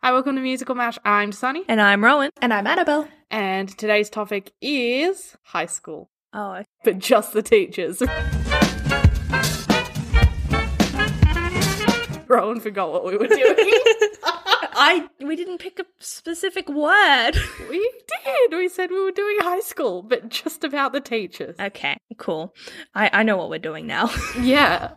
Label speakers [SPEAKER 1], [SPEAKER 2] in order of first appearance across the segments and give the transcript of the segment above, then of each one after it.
[SPEAKER 1] Hi, welcome to Musical Mash. I'm Sunny,
[SPEAKER 2] And I'm Rowan.
[SPEAKER 3] And I'm Annabelle.
[SPEAKER 1] and today's topic is high school,
[SPEAKER 2] Oh,
[SPEAKER 1] but just the teachers. Rowan forgot what we were doing.
[SPEAKER 2] I we didn't pick a specific word.
[SPEAKER 1] we did. We said we were doing high school, but just about the teachers.
[SPEAKER 2] okay, cool. I I know what we're doing now.
[SPEAKER 1] Yeah.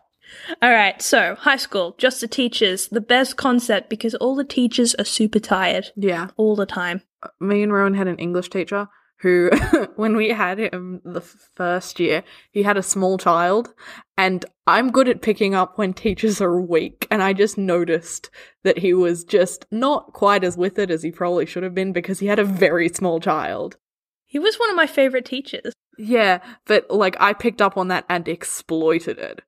[SPEAKER 2] all right, so high school, just the teachers, the best concept because all the teachers are super tired
[SPEAKER 1] Yeah.
[SPEAKER 2] all the time.
[SPEAKER 1] me and Rowan had an English teacher who, when we had him the f- first year, he had a small child. And I'm good at picking up when teachers are weak. And I just noticed that he was just not quite as with it as he probably should have been because he had a very small child.
[SPEAKER 2] He was one of my favorite teachers.
[SPEAKER 1] Yeah, but like I picked up on that and exploited it.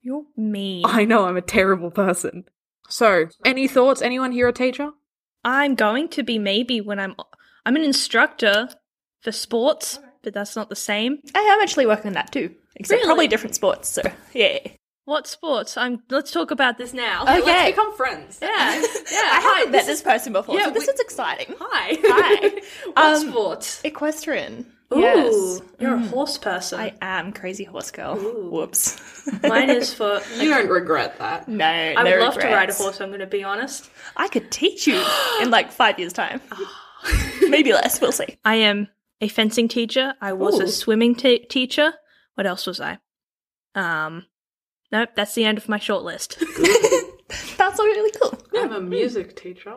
[SPEAKER 2] You're mean.
[SPEAKER 1] I know I'm a terrible person. So, any thoughts? Anyone here a teacher?
[SPEAKER 2] I'm going to be maybe when I'm I'm an instructor for sports, but that's not the same.
[SPEAKER 3] I am actually working on that too, except
[SPEAKER 2] Really?
[SPEAKER 3] probably different sports. So, yeah.
[SPEAKER 2] What sports? I'm let's talk about this
[SPEAKER 1] Oh,
[SPEAKER 2] now.
[SPEAKER 3] Okay.
[SPEAKER 1] become friends.
[SPEAKER 2] yeah. Yeah.
[SPEAKER 3] I
[SPEAKER 2] hi,
[SPEAKER 3] haven't met this person before,
[SPEAKER 2] Yeah,
[SPEAKER 3] so this
[SPEAKER 2] we-
[SPEAKER 3] is exciting.
[SPEAKER 2] Hi.
[SPEAKER 3] Hi.
[SPEAKER 2] what
[SPEAKER 3] Um,
[SPEAKER 2] sports?
[SPEAKER 3] Equestrian.
[SPEAKER 2] Ooh,
[SPEAKER 3] yes.
[SPEAKER 2] you're a horse person.
[SPEAKER 3] I am crazy horse girl. Whoops.
[SPEAKER 2] Mine is for.
[SPEAKER 1] You don't regret that.
[SPEAKER 3] no,
[SPEAKER 2] I would
[SPEAKER 3] no
[SPEAKER 2] love to ride a
[SPEAKER 3] regrets.
[SPEAKER 2] horse. I'm going to be honest.
[SPEAKER 3] I could teach you in like five years' time. Maybe less. We'll see.
[SPEAKER 2] I am a fencing teacher. I was a swimming te- teacher. What else was I? Um, nope. That's the end of my short list.
[SPEAKER 3] That's all really cool.
[SPEAKER 1] I'm a music teacher.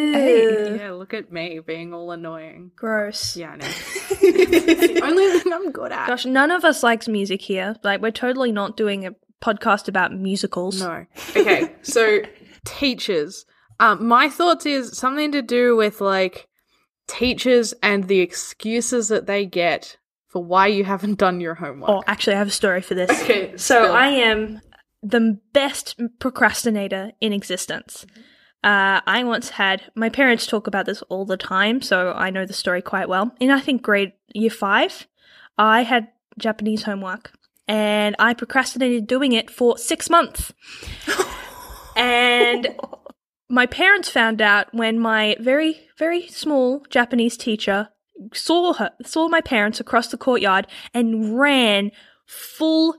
[SPEAKER 1] Yeah, look at me being all annoying.
[SPEAKER 2] Gross.
[SPEAKER 1] Yeah, I know. the only thing I'm good at.
[SPEAKER 2] Gosh, none of us likes music here. Like, we're totally not doing a podcast about musicals.
[SPEAKER 1] No. Okay, so teachers. Um, my thoughts is something to do with like teachers and the excuses that they get for why you haven't done your homework.
[SPEAKER 2] Oh, actually, I have a story for this.
[SPEAKER 1] Okay,
[SPEAKER 2] So
[SPEAKER 1] spill.
[SPEAKER 2] I am the best procrastinator in existence. Uh, I once had my parents talk about this all the time, so I know the story quite well. In I think grade year five, I had Japanese homework, and I procrastinated doing it for six months. and my parents found out when my very very small Japanese teacher saw her saw my parents across the courtyard and ran full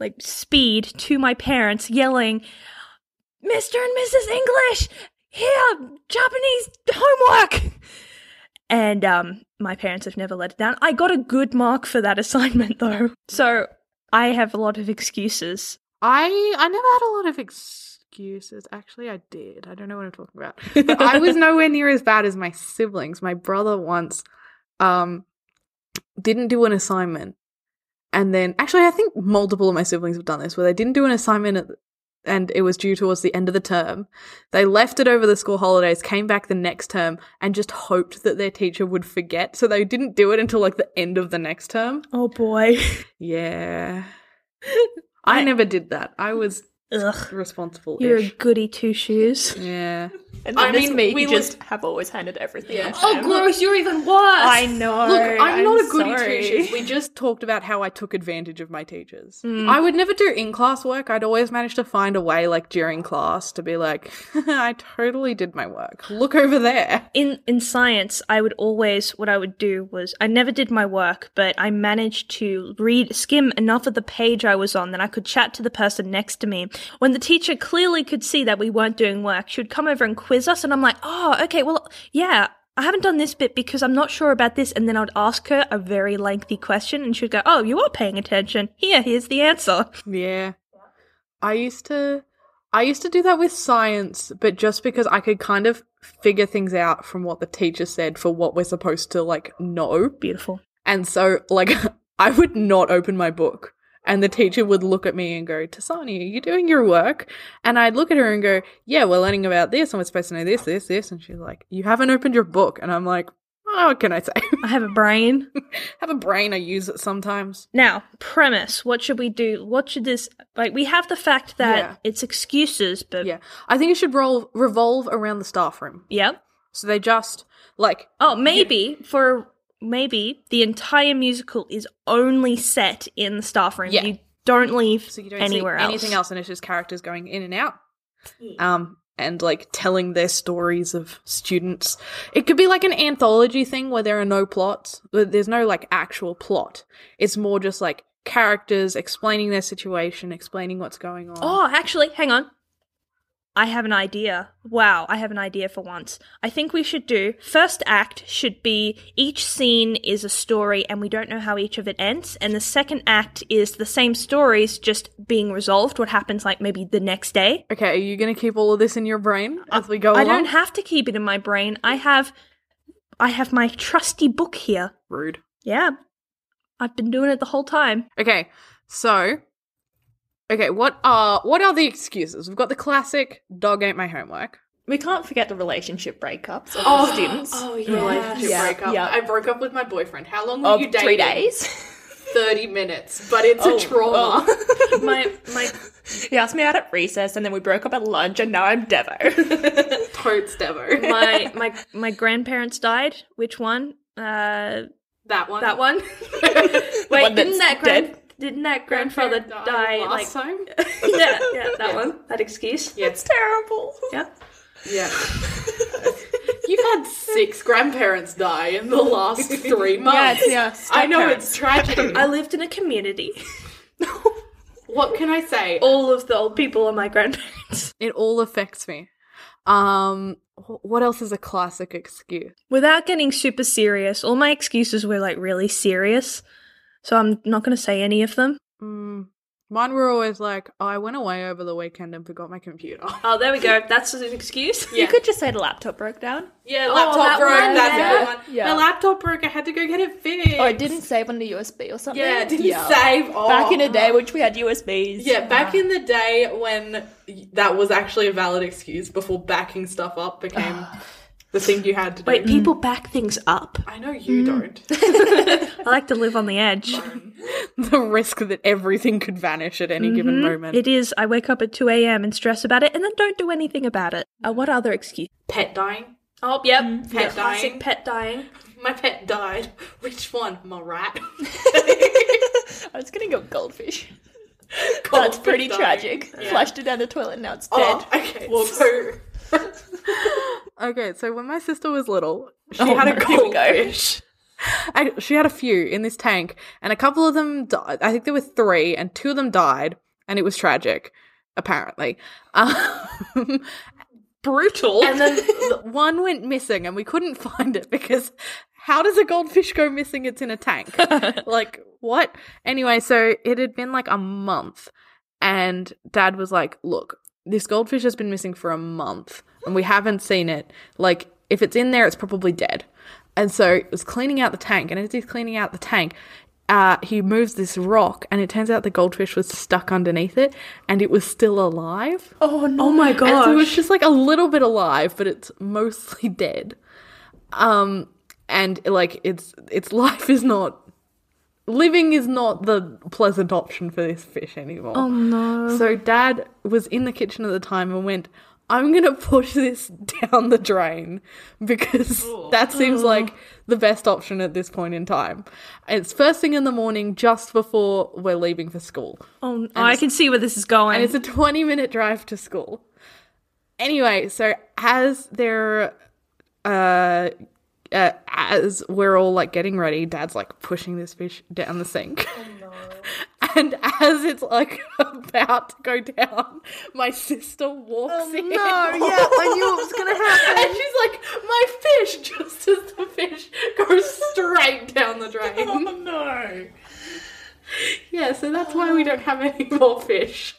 [SPEAKER 2] like speed to my parents yelling Mr. and Mrs. English here Japanese homework and um my parents have never let it down I got a good mark for that assignment though so I have a lot of excuses
[SPEAKER 1] I I never had a lot of excuses. Actually, I did. I don't know what I'm talking about. But I was nowhere near as bad as my siblings. My brother once um didn't do an assignment. And then actually I think multiple of my siblings have done this where they didn't do an assignment at, and it was due towards the end of the term. They left it over the school holidays, came back the next term and just hoped that their teacher would forget. So they didn't do it until like the end of the next term.
[SPEAKER 2] oh boy
[SPEAKER 1] Yeah. I
[SPEAKER 2] I-
[SPEAKER 1] never did that. I was
[SPEAKER 2] ugh
[SPEAKER 1] responsible.
[SPEAKER 2] you're a goody two shoes
[SPEAKER 1] Yeah.
[SPEAKER 3] And
[SPEAKER 1] I
[SPEAKER 3] then there's
[SPEAKER 1] mean,
[SPEAKER 3] me,
[SPEAKER 1] we
[SPEAKER 3] who
[SPEAKER 1] would-
[SPEAKER 3] just have always handed everything.
[SPEAKER 1] Yeah. Oh,
[SPEAKER 3] off to him.
[SPEAKER 2] you're even worse
[SPEAKER 3] I know.
[SPEAKER 1] Look, I'm, not a goody
[SPEAKER 3] sorry.
[SPEAKER 1] two shoes. We just talked about how I took advantage of my teachers. I would never do in class work. I'd always manage to find a way, like during class, to be like, I totally did my work. Look over there.
[SPEAKER 2] in in science i would always what i would do was i never did my work but i managed to read skim enough of the page i was on that i could chat to the person next to me When the teacher clearly could see that we weren't doing work, she would come over and quiz us, and I'm like, oh, okay, well, yeah, I haven't done this bit because I'm not sure about this. And then I'd ask her a very lengthy question, and she'd go, oh, you are paying attention. Here, here's the answer.
[SPEAKER 1] Yeah. I used to I used to do that with science, but just because I could kind of figure things out from what the teacher said for what we're supposed to like know.
[SPEAKER 2] Beautiful.
[SPEAKER 1] And so like I would not open my book and the teacher would look at me and go, Tasani, are you doing your work? And I'd look at her and go, Yeah, we're learning about this and we're supposed to know this, this, this and she's like, You haven't opened your book and I'm like, Oh, what can I say?
[SPEAKER 2] I have a brain.
[SPEAKER 1] Have a brain, I use it sometimes.
[SPEAKER 2] Now, premise. What should we do? What should this like? We have the fact that
[SPEAKER 1] Yeah.
[SPEAKER 2] it's excuses, but
[SPEAKER 1] Yeah. I think it should roll revolve around the staff room.
[SPEAKER 2] yeah.
[SPEAKER 1] So they just like
[SPEAKER 2] Oh, maybe for maybe the entire musical is only set in the staff room.
[SPEAKER 1] Yeah.
[SPEAKER 2] You don't leave
[SPEAKER 1] so you don't
[SPEAKER 2] anywhere
[SPEAKER 1] see
[SPEAKER 2] else.
[SPEAKER 1] anything else, and it's just characters going in and out, um, and like telling their stories of students. It could be like an anthology thing where there are no plots, where there's no like actual plot. It's more just like characters explaining their situation, explaining what's going on.
[SPEAKER 2] Oh, actually, hang on. I have an idea. Wow, I have an idea for once. I think we should do first act should be each scene is a story and we don't know how each of it ends. And the second act is the same stories just being resolved, what happens like maybe the next day.
[SPEAKER 1] Okay, are you gonna keep all of this in your brain as we go
[SPEAKER 2] I
[SPEAKER 1] along?
[SPEAKER 2] don't have to keep it in my brain. I have I have my trusty book here.
[SPEAKER 1] rude.
[SPEAKER 2] Yeah. I've been doing it the whole time.
[SPEAKER 1] Okay, so okay, what are what are the excuses? We've got the classic dog ain't my homework.
[SPEAKER 3] We can't forget the relationship breakups of the students.
[SPEAKER 1] yeah. Relationship
[SPEAKER 3] Yeah,
[SPEAKER 1] breakup.
[SPEAKER 3] yeah.
[SPEAKER 1] I broke up with my boyfriend. How long were
[SPEAKER 3] of
[SPEAKER 1] you dating?
[SPEAKER 3] three days.
[SPEAKER 1] 30 minutes, but it's a trauma.
[SPEAKER 2] My my
[SPEAKER 3] he asked me out at recess, and then we broke up at lunch, and now I'm Devo.
[SPEAKER 1] Totes Devo.
[SPEAKER 2] my my my grandparents died. Which one? Uh,
[SPEAKER 1] That one.
[SPEAKER 2] that one. Wait,
[SPEAKER 3] one that's
[SPEAKER 2] didn't that grand,
[SPEAKER 3] dead?
[SPEAKER 2] didn't that grandfather
[SPEAKER 1] Grandparent
[SPEAKER 2] die?
[SPEAKER 1] died
[SPEAKER 2] Like,
[SPEAKER 1] last time?
[SPEAKER 2] yeah, yeah, that one. That excuse.
[SPEAKER 1] Yeah.
[SPEAKER 3] it's terrible.
[SPEAKER 2] Yeah.
[SPEAKER 1] Yeah. You've had six grandparents die in the last three months.
[SPEAKER 3] yes.
[SPEAKER 1] I know it's tragic.
[SPEAKER 2] I lived in a community.
[SPEAKER 1] what can I say?
[SPEAKER 2] All of the old people are my grandparents.
[SPEAKER 1] It all affects me. Um, wh- what else is a classic excuse?
[SPEAKER 2] Without getting super serious, all my excuses were like really serious. So I'm not going to say any of them.
[SPEAKER 1] Mm, mine were always like, oh, I went away over the weekend and forgot my computer.
[SPEAKER 2] Oh, there we go. That's an excuse.
[SPEAKER 3] You could just say the laptop broke down.
[SPEAKER 1] Yeah, laptop
[SPEAKER 2] that
[SPEAKER 1] broke.
[SPEAKER 2] one,
[SPEAKER 1] that's
[SPEAKER 2] yeah.
[SPEAKER 1] a good Oh, one.
[SPEAKER 3] Yeah.
[SPEAKER 1] My laptop broke. I had to go get it fixed.
[SPEAKER 3] Or it Oh, didn't save on the USB or something.
[SPEAKER 1] Yeah, it didn't save. Oh.
[SPEAKER 3] Back in the day, which we had USBs.
[SPEAKER 1] Yeah, back in the day when y- that was actually a valid excuse before backing stuff up became the thing you had to do.
[SPEAKER 2] Wait, people back things up.
[SPEAKER 1] I know you don't.
[SPEAKER 2] I like to live on the edge.
[SPEAKER 1] the risk that everything could vanish at any given moment.
[SPEAKER 2] It is. I wake up at 2 a.m. and stress about it and then don't do anything about it. Uh, what other excuse?
[SPEAKER 1] pet dying.
[SPEAKER 2] Oh, yep.
[SPEAKER 3] Mm.
[SPEAKER 1] Pet
[SPEAKER 2] Classic
[SPEAKER 1] dying.
[SPEAKER 2] pet dying.
[SPEAKER 1] My pet died. Which one? My rat.
[SPEAKER 3] I was gonna go goldfish. That's pretty
[SPEAKER 1] dying.
[SPEAKER 3] tragic. Flushed it down the toilet, and now it's dead.
[SPEAKER 1] Oh, okay. So. okay, so when my sister was little, oh she had a
[SPEAKER 3] here Oh, we go.
[SPEAKER 1] goldfish. I, she had a few in this tank, and a couple of them died. I think there were three, and two of them died, and it was tragic, apparently. Um, brutal. And then the one went missing, and we couldn't find it because how does a goldfish go missing? It's in a tank. like, what? Anyway, so it had been like a month, and dad was like, Look, this goldfish has been missing for a month, and we haven't seen it. Like, if it's in there, it's probably dead. And so it was cleaning out the tank, and as he's cleaning out the tank, uh, he moves this rock, and it turns out the goldfish was stuck underneath it, and it was still alive.
[SPEAKER 2] Oh, no. Oh, my
[SPEAKER 1] And so
[SPEAKER 2] gosh.
[SPEAKER 1] it's just like a little bit alive, but it's mostly dead. Um, and like its its life is not living is not the pleasant option for this fish anymore. Oh no! So Dad was in the kitchen at the time and went, "I'm gonna push this down the drain because that seems like the best option at this point in time." And it's first thing in the morning, just before we're leaving for school.
[SPEAKER 2] Oh, oh, I can see where this is going.
[SPEAKER 1] And it's a 20 minute drive to school. Anyway, so as they're, uh, uh,
[SPEAKER 4] Oh,
[SPEAKER 1] as we're all like getting ready, dad's like pushing this fish down the sink. And as it's like about to go down, my sister walks in.
[SPEAKER 4] Oh, yeah, I knew it was gonna
[SPEAKER 1] And
[SPEAKER 4] happen.
[SPEAKER 1] she's like, my fish, just as the fish goes straight down the
[SPEAKER 3] Oh,
[SPEAKER 4] Oh,
[SPEAKER 1] drain.
[SPEAKER 4] no.
[SPEAKER 1] Yeah, so that's why
[SPEAKER 2] Oh.
[SPEAKER 1] we don't have any more fish.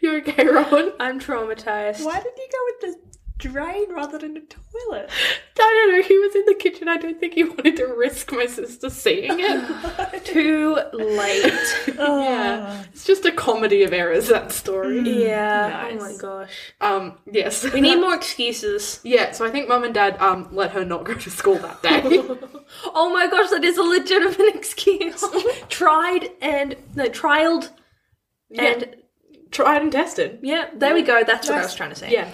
[SPEAKER 1] You okay, Rowan?
[SPEAKER 2] I'm traumatized.
[SPEAKER 3] Why did you go with the drain rather than the toilet?
[SPEAKER 1] I don't know, he was in the kitchen. I don't think he wanted to risk my sister seeing it.
[SPEAKER 2] Too late. Ah.
[SPEAKER 1] yeah. It's just a comedy of errors, that story.
[SPEAKER 2] yeah. Oh my gosh.
[SPEAKER 1] Um, yes.
[SPEAKER 2] We need more excuses.
[SPEAKER 1] Yeah, so I think mum and dad um let her not go to school that day.
[SPEAKER 2] Oh my gosh, that is a legitimate excuse. Tried and no, trialed and
[SPEAKER 1] Tried and tested.
[SPEAKER 2] yeah. There we go. That's what I was trying to say.
[SPEAKER 1] Yeah.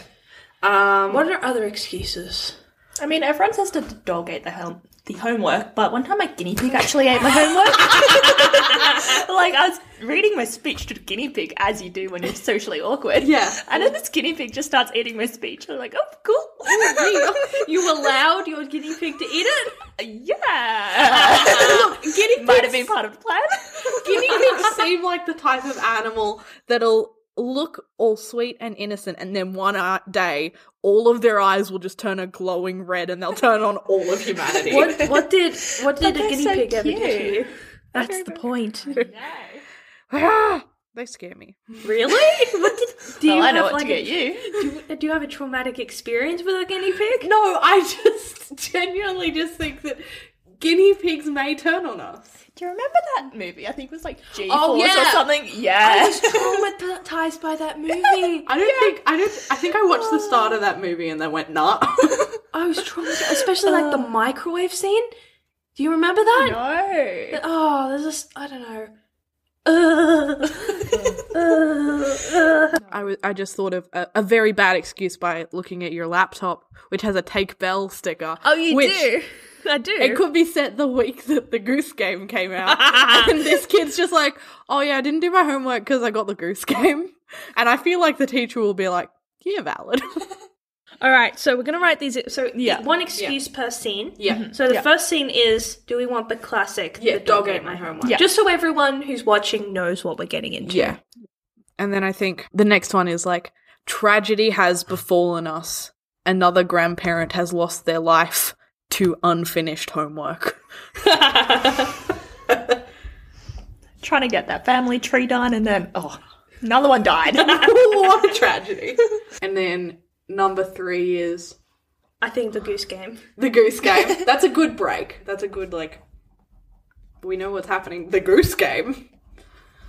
[SPEAKER 1] Um,
[SPEAKER 2] What are other excuses?
[SPEAKER 3] I mean, everyone says that the dog ate the home the homework, but one time my guinea pig actually ate my homework. like I was reading my speech to the guinea pig, as you do when you're socially awkward.
[SPEAKER 1] Yeah.
[SPEAKER 3] And then this guinea pig just starts eating my speech. I'm like, oh, cool.
[SPEAKER 2] oh, You allowed your guinea pig to eat it?
[SPEAKER 3] yeah.
[SPEAKER 1] guinea pigs,
[SPEAKER 3] Might have been part of the plan.
[SPEAKER 1] guinea pigs seem like the type of animal that'll look all sweet and innocent, and then one uh, day, all of their eyes will just turn a glowing red, and they'll turn on all of humanity.
[SPEAKER 2] What what did what did a
[SPEAKER 3] they're
[SPEAKER 2] guinea
[SPEAKER 3] so
[SPEAKER 2] pig ever do to
[SPEAKER 3] cute.
[SPEAKER 2] you? That's the point.
[SPEAKER 1] Ah, they scare me.
[SPEAKER 2] Really? What did do
[SPEAKER 3] Well,
[SPEAKER 2] you
[SPEAKER 3] I
[SPEAKER 2] have
[SPEAKER 3] know what
[SPEAKER 2] like
[SPEAKER 3] to get
[SPEAKER 2] a,
[SPEAKER 3] you.
[SPEAKER 2] Do, do you have a traumatic experience with a guinea pig?
[SPEAKER 1] No, I just genuinely just think that guinea pigs may turn on us.
[SPEAKER 3] Do you remember that movie? I think it was like G Force
[SPEAKER 2] Oh, yeah.
[SPEAKER 3] or something. Yeah.
[SPEAKER 2] Traumatized by that movie.
[SPEAKER 1] I don't think I don't. I think I watched the start of that movie and then went nah.
[SPEAKER 2] I was traumatized, especially like the microwave scene. Do you remember that?
[SPEAKER 3] no.
[SPEAKER 2] Oh, there's just I don't know. Ugh. Ugh. Ugh.
[SPEAKER 1] I, w- I just thought of a, a very bad excuse by looking at your laptop, which has a take bell sticker.
[SPEAKER 2] Oh, you
[SPEAKER 1] which-
[SPEAKER 2] do. I do.
[SPEAKER 1] It could be set the week that the Goose Game came out. and this kid's just like, oh yeah, I didn't do my homework because I got the Goose Game. And I feel like the teacher will be like, yeah, valid.
[SPEAKER 2] All right, so we're gonna write these. e-, So
[SPEAKER 3] Yeah.
[SPEAKER 2] one excuse per scene.
[SPEAKER 1] Yeah.
[SPEAKER 2] So the first scene is: Do we want the classic?
[SPEAKER 1] Yeah,
[SPEAKER 2] the dog,
[SPEAKER 1] dog
[SPEAKER 2] ate
[SPEAKER 1] ate
[SPEAKER 2] my homework.
[SPEAKER 3] Yeah.
[SPEAKER 2] Just so everyone who's watching knows what we're getting into.
[SPEAKER 1] yeah. And then I think the next one is like, tragedy has befallen us. Another grandparent has lost their life to unfinished homework.
[SPEAKER 3] Trying to get that family tree done, and then oh, another one died.
[SPEAKER 1] what a tragedy. And then number three is
[SPEAKER 2] I think the goose game.
[SPEAKER 1] The Goose Game. That's a good break. That's a good like. We know what's happening. The Goose Game.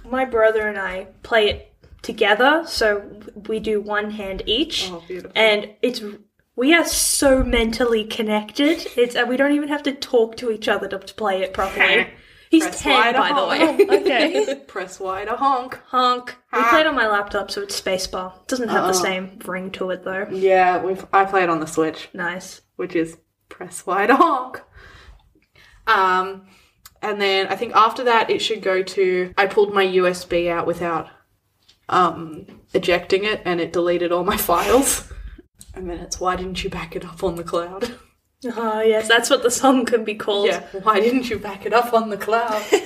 [SPEAKER 2] My brother and I play it together, so we do one hand each,
[SPEAKER 1] Oh, beautiful.
[SPEAKER 2] and it's we are so mentally connected. It's and we don't even have to talk to each other to, to play it properly. He's
[SPEAKER 1] Press Y
[SPEAKER 2] ten,
[SPEAKER 1] to
[SPEAKER 2] by the way.
[SPEAKER 1] honk.
[SPEAKER 3] okay.
[SPEAKER 1] Press Y to honk.
[SPEAKER 2] Honk. We played on my laptop, so it's spacebar. Doesn't have
[SPEAKER 1] Uh-huh.
[SPEAKER 2] the same ring to it though.
[SPEAKER 1] Yeah, we've, I play it on the Switch,
[SPEAKER 2] Nice.
[SPEAKER 1] which is press Y to honk. Um, and then I think after that it should go to. I pulled my USB out without um ejecting it, and it deleted all my files. And then it's why didn't you back it up on the cloud?
[SPEAKER 2] Oh yes, that's what the song can be called.
[SPEAKER 1] Yeah, why didn't you back it up on the cloud? uh,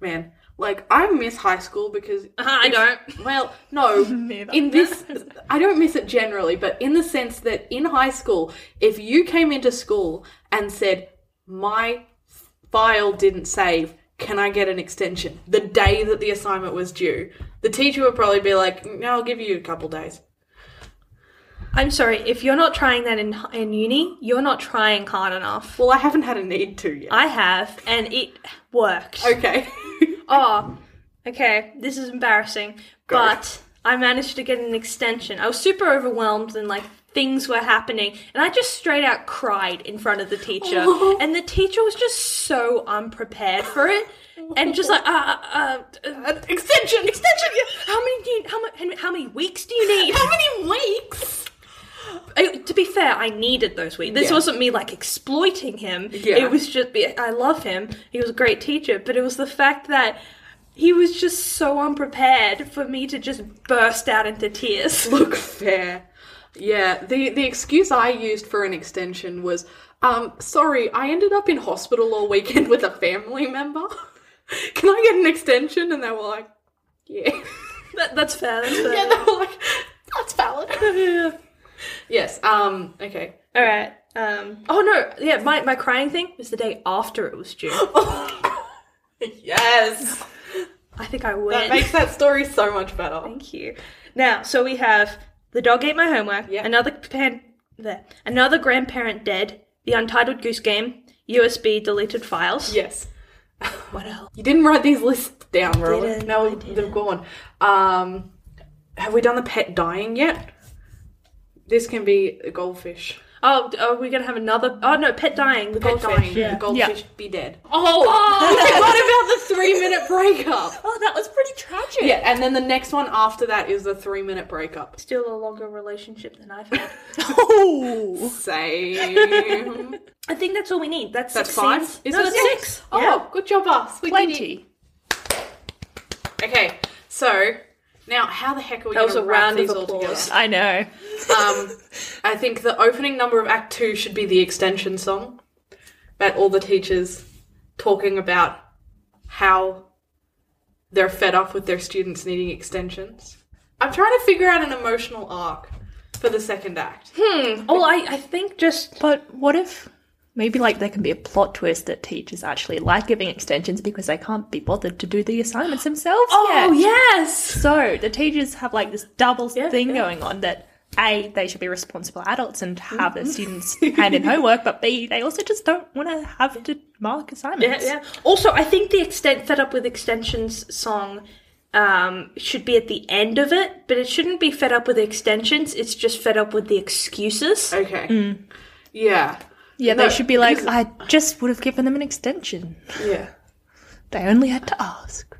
[SPEAKER 1] man, like I miss high school because
[SPEAKER 2] Uh-huh, I don't.
[SPEAKER 1] well, no, in this I don't miss it generally, but in the sense that in high school, if you came into school and said my file didn't save, can I get an extension? The day that the assignment was due, the teacher would probably be like, "No, I'll give you a couple days."
[SPEAKER 2] I'm sorry if you're not trying that in in uni, you're not trying hard enough.
[SPEAKER 1] Well, I haven't had a need to yet.
[SPEAKER 2] I have, and it worked.
[SPEAKER 1] okay.
[SPEAKER 2] Oh, okay. This is embarrassing, but I managed to get an extension. I was super overwhelmed and like things were happening, and I just straight out cried in front of the teacher. And the teacher was just so unprepared for it, and just like, uh, uh, uh, uh extension, extension. How many do you, how much? How many weeks do you need? How many weeks? I, to be fair, I needed those weeks. This
[SPEAKER 1] Yeah.
[SPEAKER 2] wasn't me like exploiting him.
[SPEAKER 1] Yeah.
[SPEAKER 2] It was just I love him. He was a great teacher, but it was the fact that he was just so unprepared for me to just burst out into tears.
[SPEAKER 1] look fair. Yeah, the the excuse I used for an extension was, um, sorry, I ended up in hospital all weekend with a family member. Can I get an extension? And they were like, Yeah.
[SPEAKER 2] That, that's fair. That's fair.
[SPEAKER 1] yeah, they were like, That's valid. yes. Um. Okay.
[SPEAKER 2] All right. Um, oh no, yeah, my, my crying thing was the day after it was due.
[SPEAKER 1] Yes.
[SPEAKER 2] I think I win.
[SPEAKER 1] That makes that story so much better.
[SPEAKER 2] Thank you. Now, so we have the dog ate my homework.
[SPEAKER 1] Yep.
[SPEAKER 2] Another pan- there. Another grandparent dead. The untitled goose game. USB deleted files.
[SPEAKER 1] Yes.
[SPEAKER 2] What else?
[SPEAKER 1] You didn't write these lists down, Rowan.
[SPEAKER 2] Didn't, I
[SPEAKER 1] No,
[SPEAKER 2] didn't.
[SPEAKER 1] they're gone. Um, have we done the pet dying yet? This can be a goldfish.
[SPEAKER 2] Oh, d- are we gonna have another? Oh no, pet dying. The
[SPEAKER 1] Pet
[SPEAKER 2] goldfish.
[SPEAKER 1] dying.
[SPEAKER 2] Yeah.
[SPEAKER 1] The goldfish be dead. Oh, what about the three minute breakup?
[SPEAKER 3] Oh, that was pretty tragic.
[SPEAKER 1] Yeah, and then the next one after that is the three minute breakup.
[SPEAKER 2] Still a longer relationship than I've had.
[SPEAKER 4] Oh,
[SPEAKER 1] Same.
[SPEAKER 2] I think that's all we need. That's,
[SPEAKER 1] That's
[SPEAKER 2] six
[SPEAKER 1] five.
[SPEAKER 2] scenes.
[SPEAKER 1] Is
[SPEAKER 2] no,
[SPEAKER 1] it
[SPEAKER 2] that's six.
[SPEAKER 1] Oh,
[SPEAKER 2] Yeah.
[SPEAKER 1] good job, us. We did it.
[SPEAKER 4] Plenty.
[SPEAKER 1] Okay, so now how the heck are we going
[SPEAKER 2] That was
[SPEAKER 1] to
[SPEAKER 2] a
[SPEAKER 1] wrap
[SPEAKER 2] round of
[SPEAKER 1] these all together?
[SPEAKER 2] applause.
[SPEAKER 4] I know.
[SPEAKER 1] Um, I think the opening number of Act Two should be the extension song about all the teachers talking about how they're fed up with their students needing extensions. I'm trying to figure out an emotional arc for the second act.
[SPEAKER 2] Oh, I, I think just
[SPEAKER 4] But what if maybe like there can be a plot twist that teachers actually like giving extensions because they can't be bothered to do the assignments themselves?
[SPEAKER 2] oh
[SPEAKER 4] yet?
[SPEAKER 2] yes.
[SPEAKER 4] So the teachers have like this double
[SPEAKER 2] Yeah,
[SPEAKER 4] thing
[SPEAKER 2] yeah.
[SPEAKER 4] going on that a they should be responsible adults and have their students hand in homework, but b they also just don't want to have to mark
[SPEAKER 2] Yeah,
[SPEAKER 4] assignments.
[SPEAKER 2] yeah. Also, I think the extent fed up with extensions song um, should be at the end of it, but it shouldn't be fed up with extensions. It's just fed up with the excuses.
[SPEAKER 1] Okay. Yeah.
[SPEAKER 4] Yeah,
[SPEAKER 1] No,
[SPEAKER 4] they should be like, I just would have given them an extension.
[SPEAKER 1] Yeah.
[SPEAKER 4] They only had to ask.